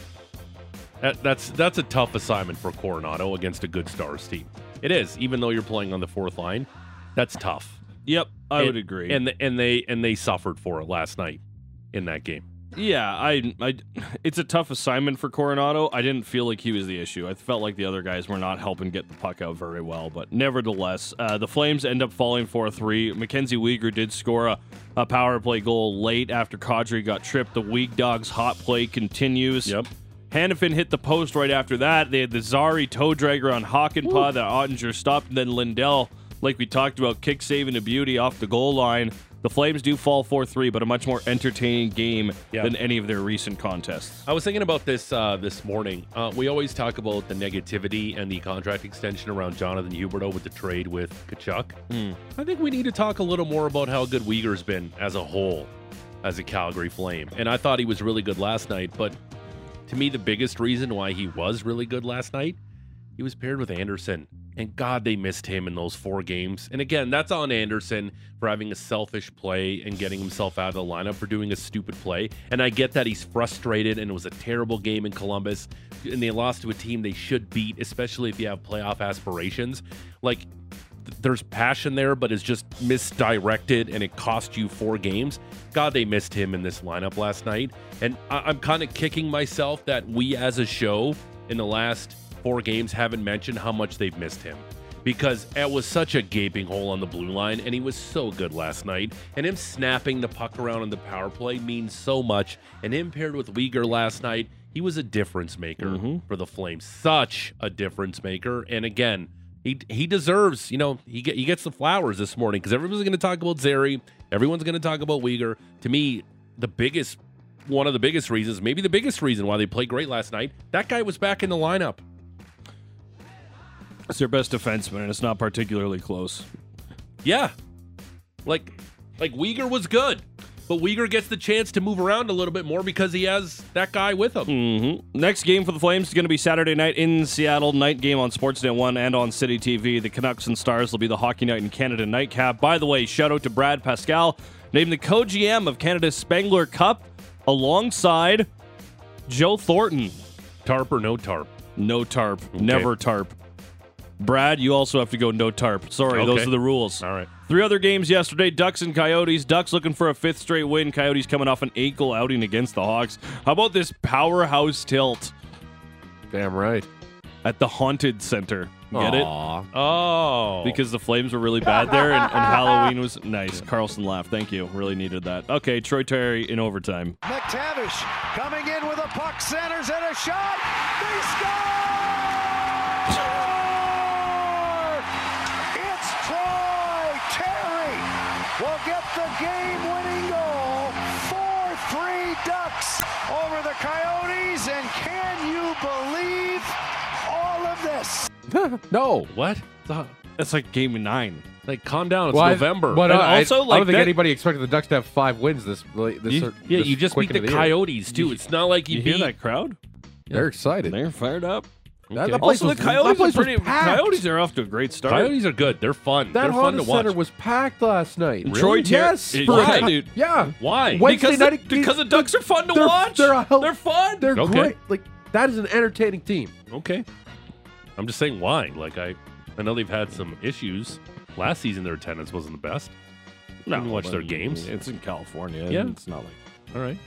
S3: that, that's that's a tough assignment for Coronado against a good Stars team. It is, even though you're playing on the fourth line, that's tough.
S4: Yep, I
S3: And-
S4: would agree.
S3: And and they and they suffered for it last night in that game.
S4: Yeah, I, I, it's a tough assignment for Coronado. I didn't feel like he was the issue. I felt like the other guys were not helping get the puck out very well. But nevertheless, uh, the Flames end up falling 4 3. Mackenzie Weegar did score a, a power play goal late after Kadri got tripped. The Weak Dogs hot play continues.
S3: Yep.
S4: Hannafin hit the post right after that. They had the Zari toe dragger on Hockenpah that Ottinger stopped, and then Lindell, like we talked about, kick saving a beauty off the goal line. The Flames do fall 4 3, but a much more entertaining game
S3: Yeah.
S4: than any of their recent contests.
S3: I was thinking about this uh, this morning. Uh, we always talk about the negativity and the contract extension around Jonathan Huberto with the trade with Kachuk. I think we need to talk a little more about how good Uyghur's been as a whole, as a Calgary Flame. And I thought he was really good last night, but to me, the biggest reason why he was really good last night, he was paired with Anderson. And God, they missed him in those four games. And again, that's on Anderson for having a selfish play and getting himself out of the lineup for doing a stupid play. And I get that he's frustrated and it was a terrible game in Columbus and they lost to a team they should beat, especially if you have playoff aspirations. Like, th- there's passion there, but it's just misdirected and it cost you four games. God, they missed him in this lineup last night. And I- I'm kind of kicking myself that we as a show in the last four games haven't mentioned how much they've missed him because it was such a gaping hole on the blue line and he was so good last night and him snapping the puck around on the power play means so much and him paired with Uyghur last night he was a difference maker for the Flames such a difference maker and again he he deserves you know he get, he gets the flowers this morning because everyone's going to talk about Zeri everyone's going to talk about Uyghur to me the biggest one of the biggest reasons maybe the biggest reason why they played great last night that guy was back in the lineup
S4: It's their best defenseman, and it's not particularly close.
S3: Yeah. Like like Uyghur was good, but Uyghur gets the chance to move around a little bit more because he has that guy with him.
S4: hmm Next game for the Flames is going to be Saturday night in Seattle. Night game on Sportsnet 1 and on City TV. The Canucks and Stars will be the Hockey Night in Canada nightcap. By the way, shout out to Brad Pascal, named the co GM of Canada's Spangler Cup alongside Joe Thornton.
S3: Tarp or no tarp.
S4: No tarp, never tarp. Brad, you also have to go no tarp. Sorry, those
S3: Okay.
S4: are the rules.
S3: All right.
S4: Three other games yesterday Ducks and Coyotes. Ducks looking for a fifth straight win. Coyotes coming off an eight goal outing against the Hawks. How about this powerhouse tilt?
S5: Damn right.
S4: at the Haunted Center. Get it?
S3: Oh.
S4: Because the flames were really bad there, and, and Halloween was nice. Carlson laughed. Thank you. Really needed that. Okay, Troy Terry in overtime.
S2: McTavish coming in with a puck, centers and a shot. They score! It's Troy Terry. Will get the game-winning goal. Four-three Ducks over the Coyotes, and can you believe all of this?
S5: No.
S3: what?
S4: That's like game nine.
S3: Like calm down, it's
S5: Well, I-
S3: November.
S5: But uh,
S4: And
S5: I, also,
S4: also,
S5: I,
S4: like,
S5: don't think
S4: that-
S5: anybody expected the Ducks to have five wins this. late- this
S4: You-
S3: yeah,
S5: this
S3: you just
S5: quick
S3: beat the
S5: into year.
S3: Coyotes too. It's not like you,
S4: You
S3: beat
S4: hear that crowd?
S5: They're excited.
S4: They're fired up.
S5: That- that place
S4: Also, the
S5: was- that
S4: Coyotes are
S5: place was
S4: pretty.
S5: packed.
S4: Coyotes are off to a great start.
S3: Coyotes are good. They're fun.
S5: That
S3: They're fun
S5: Honda
S3: to
S5: Center
S3: watch.
S5: was packed last night.
S4: Troy
S5: Really?
S4: Terry-
S5: yes,
S4: it-
S5: for a
S4: why,
S5: co-
S4: dude?
S5: Yeah,
S3: Why?
S5: Wait,
S4: because
S5: Wednesday
S4: the,
S5: night-
S4: because the Ducks are fun to
S5: they're-
S4: watch.
S5: they're a hell-
S4: They're fun.
S5: they're
S3: Okay.
S5: great. Like that is an entertaining team.
S3: okay. I'm just saying why. Like I I know they've had some issues. Last season their attendance wasn't the best. No, watch
S4: but
S3: their games.
S4: It's in California. and
S3: Yeah.
S4: it's not like.
S3: All right.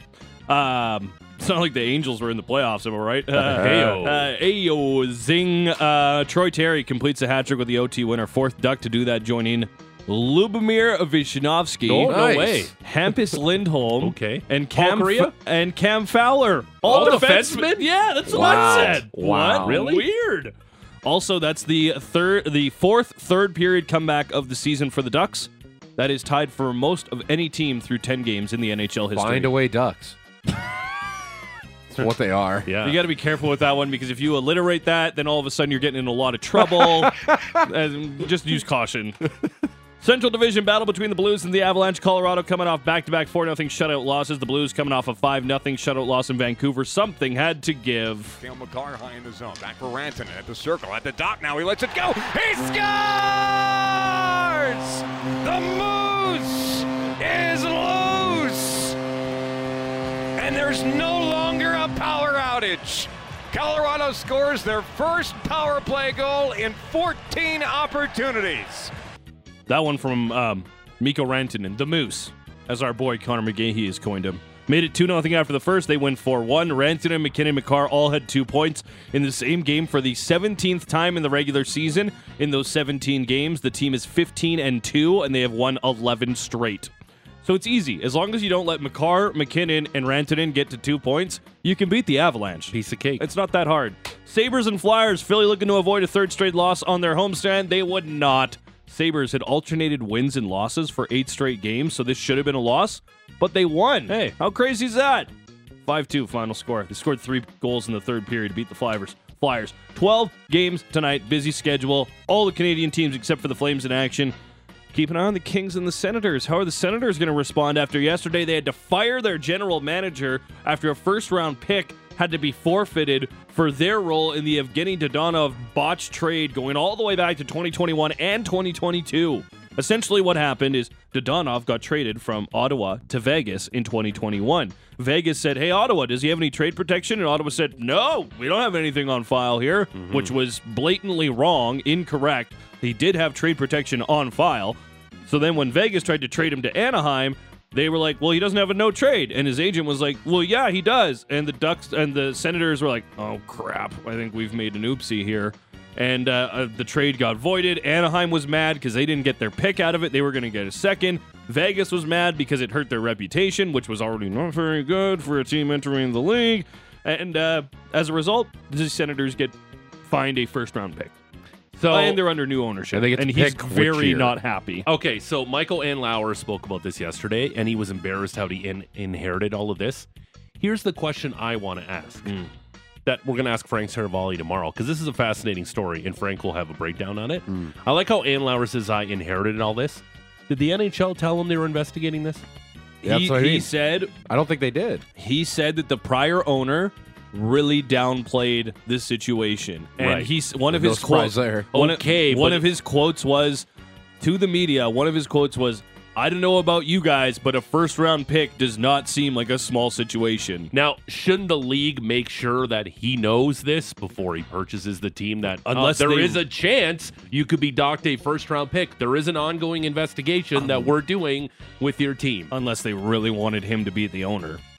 S4: Um, it's not like the Angels were in the playoffs, am I right? Uh,
S3: Heyo.
S4: uh, ayo, zing. Uh, Troy Terry completes a hat trick with the OT winner. Fourth duck to do that, joining Lubomir Vishnovsky.
S3: Oh,
S5: Nice.
S3: no way.
S4: Hampus Lindholm.
S3: Okay.
S4: And
S3: Paul
S4: Cam,
S3: Correa?
S4: and Cam Fowler.
S3: All defensemen?
S4: Yeah, that's what
S5: Wow.
S4: I said.
S5: Wow.
S4: What?
S3: Really?
S4: Weird. Also, that's the third, the fourth third period comeback of the season for the Ducks. That is tied for most of any team through ten games in the NHL history.
S5: Find away Ducks. It's what they are.
S3: Yeah.
S4: You got to be careful with that one because if you alliterate that, then all of a sudden you're getting in a lot of trouble. And just use caution. Central Division battle between the Blues and the Avalanche. Colorado coming off back-to-back 4-0 shutout losses. The Blues coming off a 5-0 shutout loss in Vancouver. Something had to give.
S8: Kale McCarr high in the zone. Back for Rantanen at the circle, at the dot now. He lets it go. He scores! The Moose is loose! And there's no longer a power outage. Colorado scores their first power play goal in 14 opportunities.
S4: That one from um, Miko Rantanen, the Moose, as our boy Connor McGahee has coined him. Made it 2 0 after the first. They win 4 1. Rantanen, McKinnon, McCarr all had two points in the same game for the 17th time in the regular season. In those 17 games, the team is 15 and 2, and they have won 11 straight. So it's easy. As long as you don't let McCarr, McKinnon, and Rantanen get to two points, you can beat the Avalanche.
S3: Piece of cake.
S4: It's not that hard. Sabres and Flyers, Philly looking to avoid a third straight loss on their homestand. They would not. Sabres had alternated wins and losses for eight straight games, so this should have been a loss, but they won.
S3: Hey.
S4: How crazy is that? 5 2 final score. They scored three goals in the third period to beat the Flyers. Flyers. 12 games tonight, busy schedule. All the Canadian teams except for the Flames in action. Keep an eye on the Kings and the Senators. How are the Senators going to respond after yesterday? They had to fire their general manager after a first round pick had to be forfeited for their role in the Evgeny Dodonov botch trade going all the way back to 2021 and 2022. Essentially, what happened is Dodonov got traded from Ottawa to Vegas in 2021. Vegas said, Hey, Ottawa, does he have any trade protection? And Ottawa said, No, we don't have anything on file here, which was blatantly wrong, incorrect. He did have trade protection on file. So then when Vegas tried to trade him to Anaheim, they were like, "Well, he doesn't have a no trade," and his agent was like, "Well, yeah, he does." And the Ducks and the Senators were like, "Oh crap, I think we've made an oopsie here." And uh, uh, the trade got voided. Anaheim was mad because they didn't get their pick out of it; they were going to get a second. Vegas was mad because it hurt their reputation, which was already not very good for a team entering the league. And uh, as a result, the Senators get find a first round pick,
S3: So
S4: and they're under new ownership.
S5: And they get to
S4: he's
S5: pick which
S4: very
S5: year.
S4: not happy.
S3: Okay, so Michael and Lauer spoke about this yesterday, and he was embarrassed how he in- inherited all of this. Here's the question I want to ask
S4: Hmm.
S3: that we're going to ask Frank Saravalli tomorrow because this is a fascinating story, and Frank will have a breakdown on it.
S4: Hmm.
S3: I like how Ann Lauer says I inherited all this. Did the NHL tell him they were investigating this?
S5: That's
S4: he,
S5: what I
S4: he
S5: mean.
S4: said
S5: I don't think they did.
S4: he said that the prior owner really downplayed this situation, and
S3: Right.
S4: he's one of
S5: No
S4: his
S5: surprise
S4: quotes.
S5: there.
S4: One
S3: Okay,
S4: of, one
S3: but-
S4: of his quotes was to the media. One of his quotes was, "I don't know about you guys, but a first round pick does not seem like a small situation."
S3: Now, shouldn't the league make sure that he knows this before he purchases the team? That uh,
S4: Unless
S3: there
S4: they-
S3: is a chance you could be docked a first round pick. There is an ongoing investigation that we're doing with your team.
S4: Um, Unless they really wanted him to be the owner.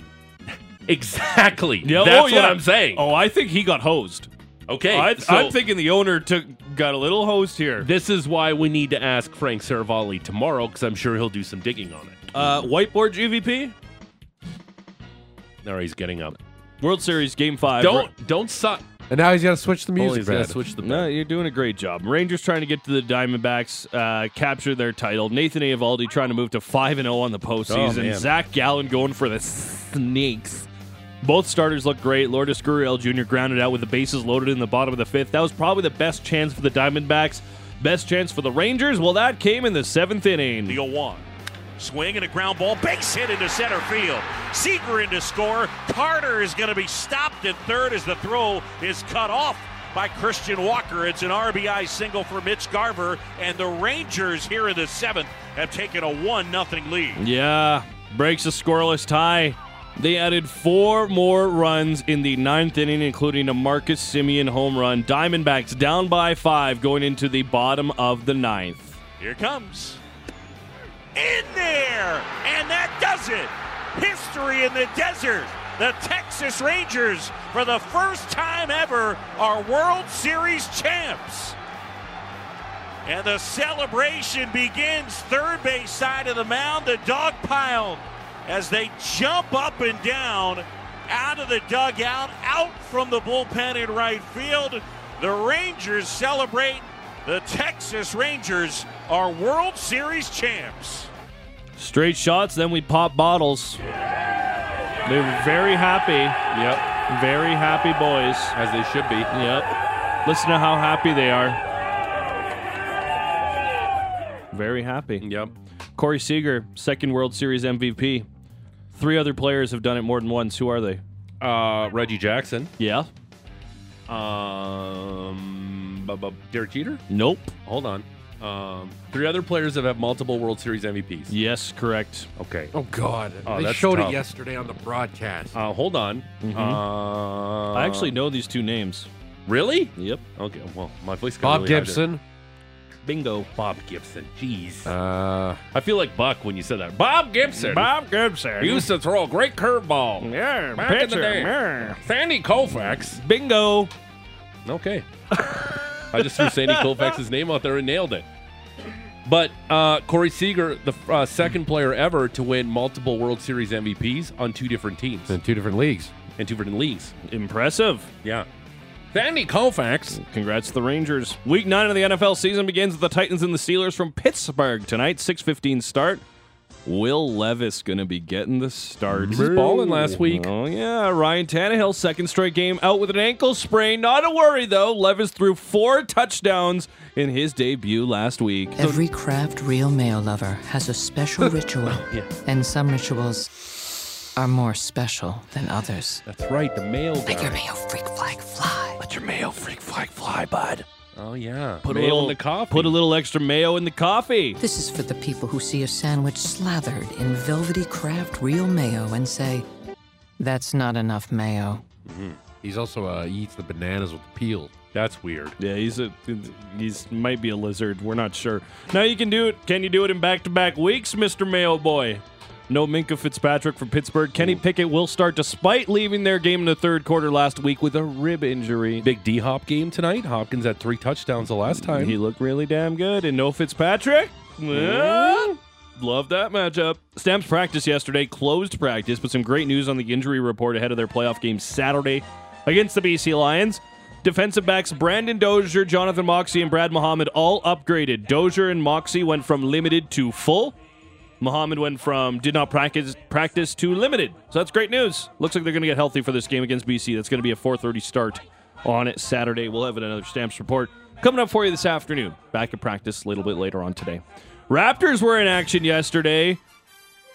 S3: Exactly.
S4: Yeah,
S3: That's
S4: oh, yeah.
S3: what I'm saying.
S4: Oh, I think he got hosed.
S3: okay.
S4: I,
S3: so
S4: I'm thinking the owner took got a little hosed here.
S3: this is why we need to ask Frank Saravalli tomorrow because I'm sure he'll do some digging on it.
S4: Uh, whiteboard GVP
S3: Now he's getting up.
S4: World Series Game Five.
S3: Don't don't suck.
S5: And now he's got to switch the
S3: He's
S5: music.
S3: gonna
S5: Brad.
S3: switch the.
S4: No, you're doing a great job. Rangers trying to get to the Diamondbacks, uh, capture their title. Nathan Eovaldi trying to move to five and zero on the
S3: Oh,
S4: postseason.
S3: man.
S4: Zach Gallen going for the snakes. Both starters look great. Lourdes Gurriel Jr. grounded out with the bases loaded in the bottom of the fifth. That was probably the best chance for the Diamondbacks. Best chance for the Rangers. Well, that came in the seventh inning.
S9: Neil Juan. Swing and a ground ball, base hit into center field. Seeger into score. Carter is going to be stopped at third as the throw is cut off by Christian Walker. It's an RBI single for Mitch Garver, and the Rangers here in the seventh have taken a one nothing lead.
S4: Yeah, breaks a scoreless tie. They added four more runs in the ninth inning, including a Marcus Simeon home run. Diamondbacks down by five going into the bottom of the ninth.
S9: Here it comes. In there! And that does it! History in the desert! The Texas Rangers, for the first time ever, are World Series champs! And the celebration begins third base side of the mound, the dog pile, as they jump up and down out of the dugout, out from the bullpen in right field. The Rangers celebrate. The Texas Rangers are World Series champs.
S4: Straight shots, then we pop bottles. They were very happy,
S3: Yep,
S4: very happy boys.
S3: as they should be.
S4: Yep. Listen to how happy they are. Very happy.
S3: Yep.
S4: Corey Seager, second World Series MVP. Three other players have done it more than once. Who are they?
S3: Uh, Reggie Jackson.
S4: Yeah.
S3: Um, bu- bu- Derek Jeter.
S4: Nope.
S3: Hold on. Um, three other players have had multiple World Series MVPs.
S4: Yes, correct.
S3: Okay.
S5: Oh God!
S3: Oh,
S5: they
S3: that's
S5: showed
S3: tough.
S5: it yesterday on the broadcast.
S3: Uh, hold on. Uh,
S4: I actually know these two names.
S3: really.
S4: Yep.
S3: Okay. Well, my voice. got
S5: Bob
S3: really high there.
S5: Gibson.
S4: Bingo.
S3: Bob Gibson. Jeez.
S5: Uh,
S3: I feel like Buck when you said that. Bob Gibson.
S4: Bob Gibson.
S3: He used to throw a great curveball.
S4: yeah,
S3: Back in the day. Sandy Koufax.
S4: Bingo.
S3: Okay. I just threw Sandy Koufax's name out there and nailed it. But uh, Corey Seager, the uh, second player ever to win multiple World Series MVPs on two different teams
S5: in two different leagues.
S3: and two different leagues.
S4: Impressive.
S3: Yeah. Sandy Koufax.
S4: Congrats to the Rangers. Week 9 of the NFL season begins with the Titans and the Steelers from Pittsburgh tonight, 6:15 start. Will Levis going to be getting the start.
S3: He was balling last week.
S4: Oh yeah, Ryan Tannehill second straight game out with an ankle sprain. Not a worry though. Levis threw four touchdowns in his debut last week.
S10: Every craft real male lover has a special ritual, and some rituals are more special than others.
S3: That's right, the male
S10: Let
S3: guy.
S10: your mayo freak flag fly.
S4: Let your mayo freak flag fly, bud.
S3: Oh yeah,
S4: Put
S3: Mail
S4: a little
S3: in the coffee.
S4: Put a little extra mayo in the coffee.
S10: This is for the people who see a sandwich slathered in velvety craft real mayo and say, "That's not enough mayo."
S5: He's also uh, he eats the bananas with the peel.
S3: That's weird.
S4: Yeah, he's a he's might be a lizard. We're not sure. Now you can do it. Can you do it in back to back weeks, Mister Mayo Boy? No Minka Fitzpatrick for Pittsburgh. Kenny Pickett will start despite leaving their game in the third quarter last week with a rib injury.
S3: Big D Hop game tonight. Hopkins had three touchdowns the last time.
S4: He looked really damn good. And no Fitzpatrick? Yeah. Love that matchup. Stamps practice yesterday, closed practice, but some great news on the injury report ahead of their playoff game Saturday against the BC Lions. Defensive backs Brandon Dozier, Jonathan Moxie, and Brad Muhammad all upgraded. Dozier and Moxie went from limited to full. Muhammad went from did not practice practice to limited. So that's great news. Looks like they're going to get healthy for this game against BC. That's going to be a 4:30 start on it Saturday. We'll have another Stamps report coming up for you this afternoon. Back at practice a little bit later on today. Raptors were in action yesterday.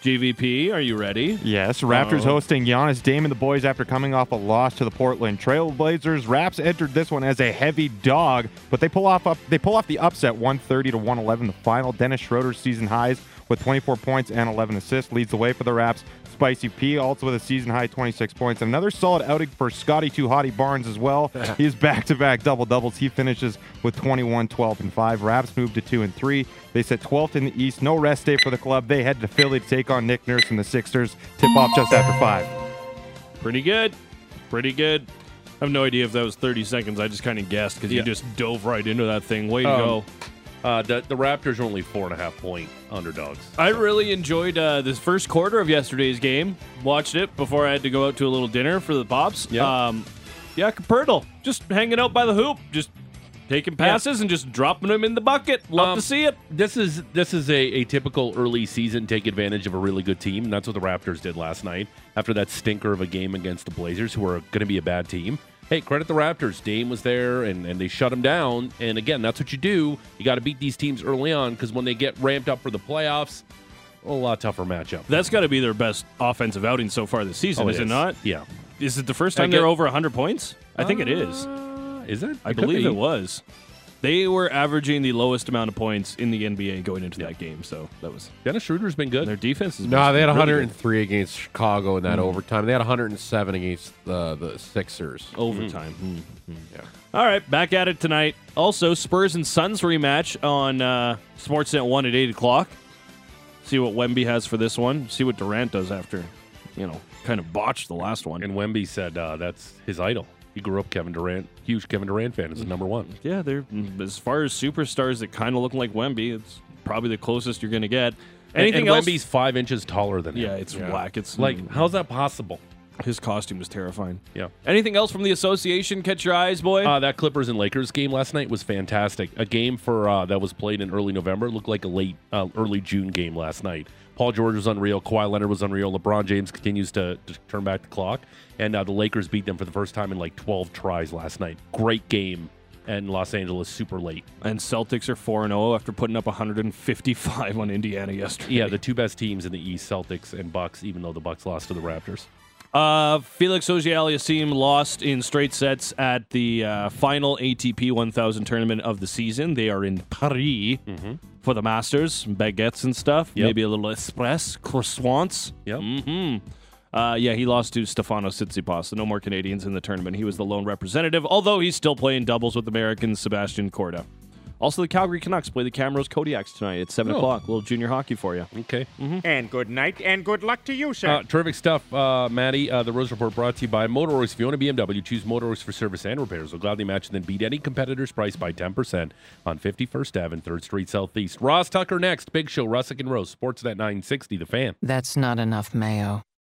S4: GVP, are you ready?
S6: Yes, Raptors hosting Giannis Dame and the boys after coming off a loss to the Portland Trailblazers. Raps entered this one as a heavy dog, but they pull off up they pull off the upset 130 to 111 the final. Dennis Schroeder's season highs with 24 points and 11 assists leads the way for the Raps. Spicy P also with a season high 26 points. Another solid outing for Scotty Too Hottie Barnes as well. He's back-to-back double doubles. He finishes with 21, 12, and 5. Raps move to 2 and 3. They sit 12th in the East. No rest day for the club. They head to Philly to take on Nick Nurse and the Sixers. Tip off just after 5.
S4: Pretty good. Pretty good. I have no idea if that was 30 seconds. I just kind of guessed because
S3: Yeah.
S4: you just dove right into that thing. Way to
S3: Um,
S4: go.
S3: Uh, the, the Raptors are only four and a half point underdogs.
S4: I really enjoyed uh, this first quarter of yesterday's game. Watched it before I had to go out to a little dinner for the pops.
S3: Yeah.
S4: um, yeah, Capertle just hanging out by the hoop, just taking passes and just dropping them in the bucket. Love
S3: Um,
S4: to see it.
S3: This is this is a, a typical early season take advantage of a really good team. And that's what the Raptors did last night after that stinker of a game against the Blazers, who are going to be a bad team. Hey, credit the Raptors. Dame was there, and, and they shut him down. And again, that's what you do. You got to beat these teams early on because when they get ramped up for the playoffs, a lot tougher matchup.
S4: That's got to be their best offensive outing so far this season,
S3: Oh,
S4: is it not?
S3: Yeah,
S4: Is it the first
S3: I
S4: time they're
S3: get-
S4: over 100 points? I think it is.
S3: Uh, Is it?
S4: I
S3: It could
S4: believe
S3: be.
S4: it was. They were averaging the lowest amount of points in the NBA going into that game, so that was
S3: Dennis Schroeder's been good.
S4: their defense. Is
S5: No, they had
S4: really good.
S5: 103 against Chicago in
S3: Hmm.
S5: that overtime. They had 107 against the the Sixers.
S4: overtime. Mm-hmm. All right, back at it tonight. Also, Spurs and Suns rematch on uh, Sportsnet One at eight o'clock. See what Wemby has for this one. See what Durant does after, you know, kind of botched the last one.
S3: And Wemby said uh, that's his idol. He grew up Kevin Durant, huge Kevin Durant fan. Is the number one.
S4: yeah, they're mm, as far as superstars that kind of look like Wemby. It's probably the closest you're going to get. Anything
S3: and, and
S4: else?
S3: Wemby's five inches taller than him.
S4: yeah, it's mm. whack. It's
S3: like how's that possible?
S4: his costume was terrifying.
S3: Yeah.
S4: Anything else from the association? Catch your eyes, boy.
S3: Uh, that Clippers and Lakers game last night was fantastic. A game for uh, that was played in early November It looked like a late, uh, early June game last night. Paul George was unreal. Kawhi Leonard was unreal. LeBron James continues to, to turn back the clock, and uh, the Lakers beat them for the first time in like 12 tries last night. Great game, and Los Angeles super late.
S4: and Celtics are four and zero after putting up 155 on Indiana yesterday.
S3: Yeah, the two best teams in the East, Celtics and Bucks. Even though the Bucks lost to the Raptors,
S4: Uh, Felix Auger-Aliassime lost in straight sets at the uh, final ATP 1000 tournament of the season. They are in Paris for the Masters, baguettes and stuff.
S3: Mm-hmm. Yep.
S4: Maybe a little espresso, croissants.
S3: Yep.
S4: hmm Uh, yeah, he lost to Stefano Tsitsipas. So no more Canadians in the tournament. He was the lone representative, although he's still playing doubles with American Sebastian Corda. Also, the Calgary Canucks play the Camrose Kodiaks tonight at 7
S3: Oh.
S4: o'clock. little junior hockey for you.
S3: okay.
S2: And good night and good luck to you, sir.
S3: Uh, terrific stuff, uh, Maddie. Uh, the Rose Report brought to you by Motorworks. If you own a BMW, choose Motorworks for service and repairs. They'll gladly match and then beat any competitor's price by 10% on 51st Ave and 3rd Street Southeast. Ross Tucker next. Big Show, Russick and Rose. Sportsnet 960, The Fan.
S10: That's not enough mayo.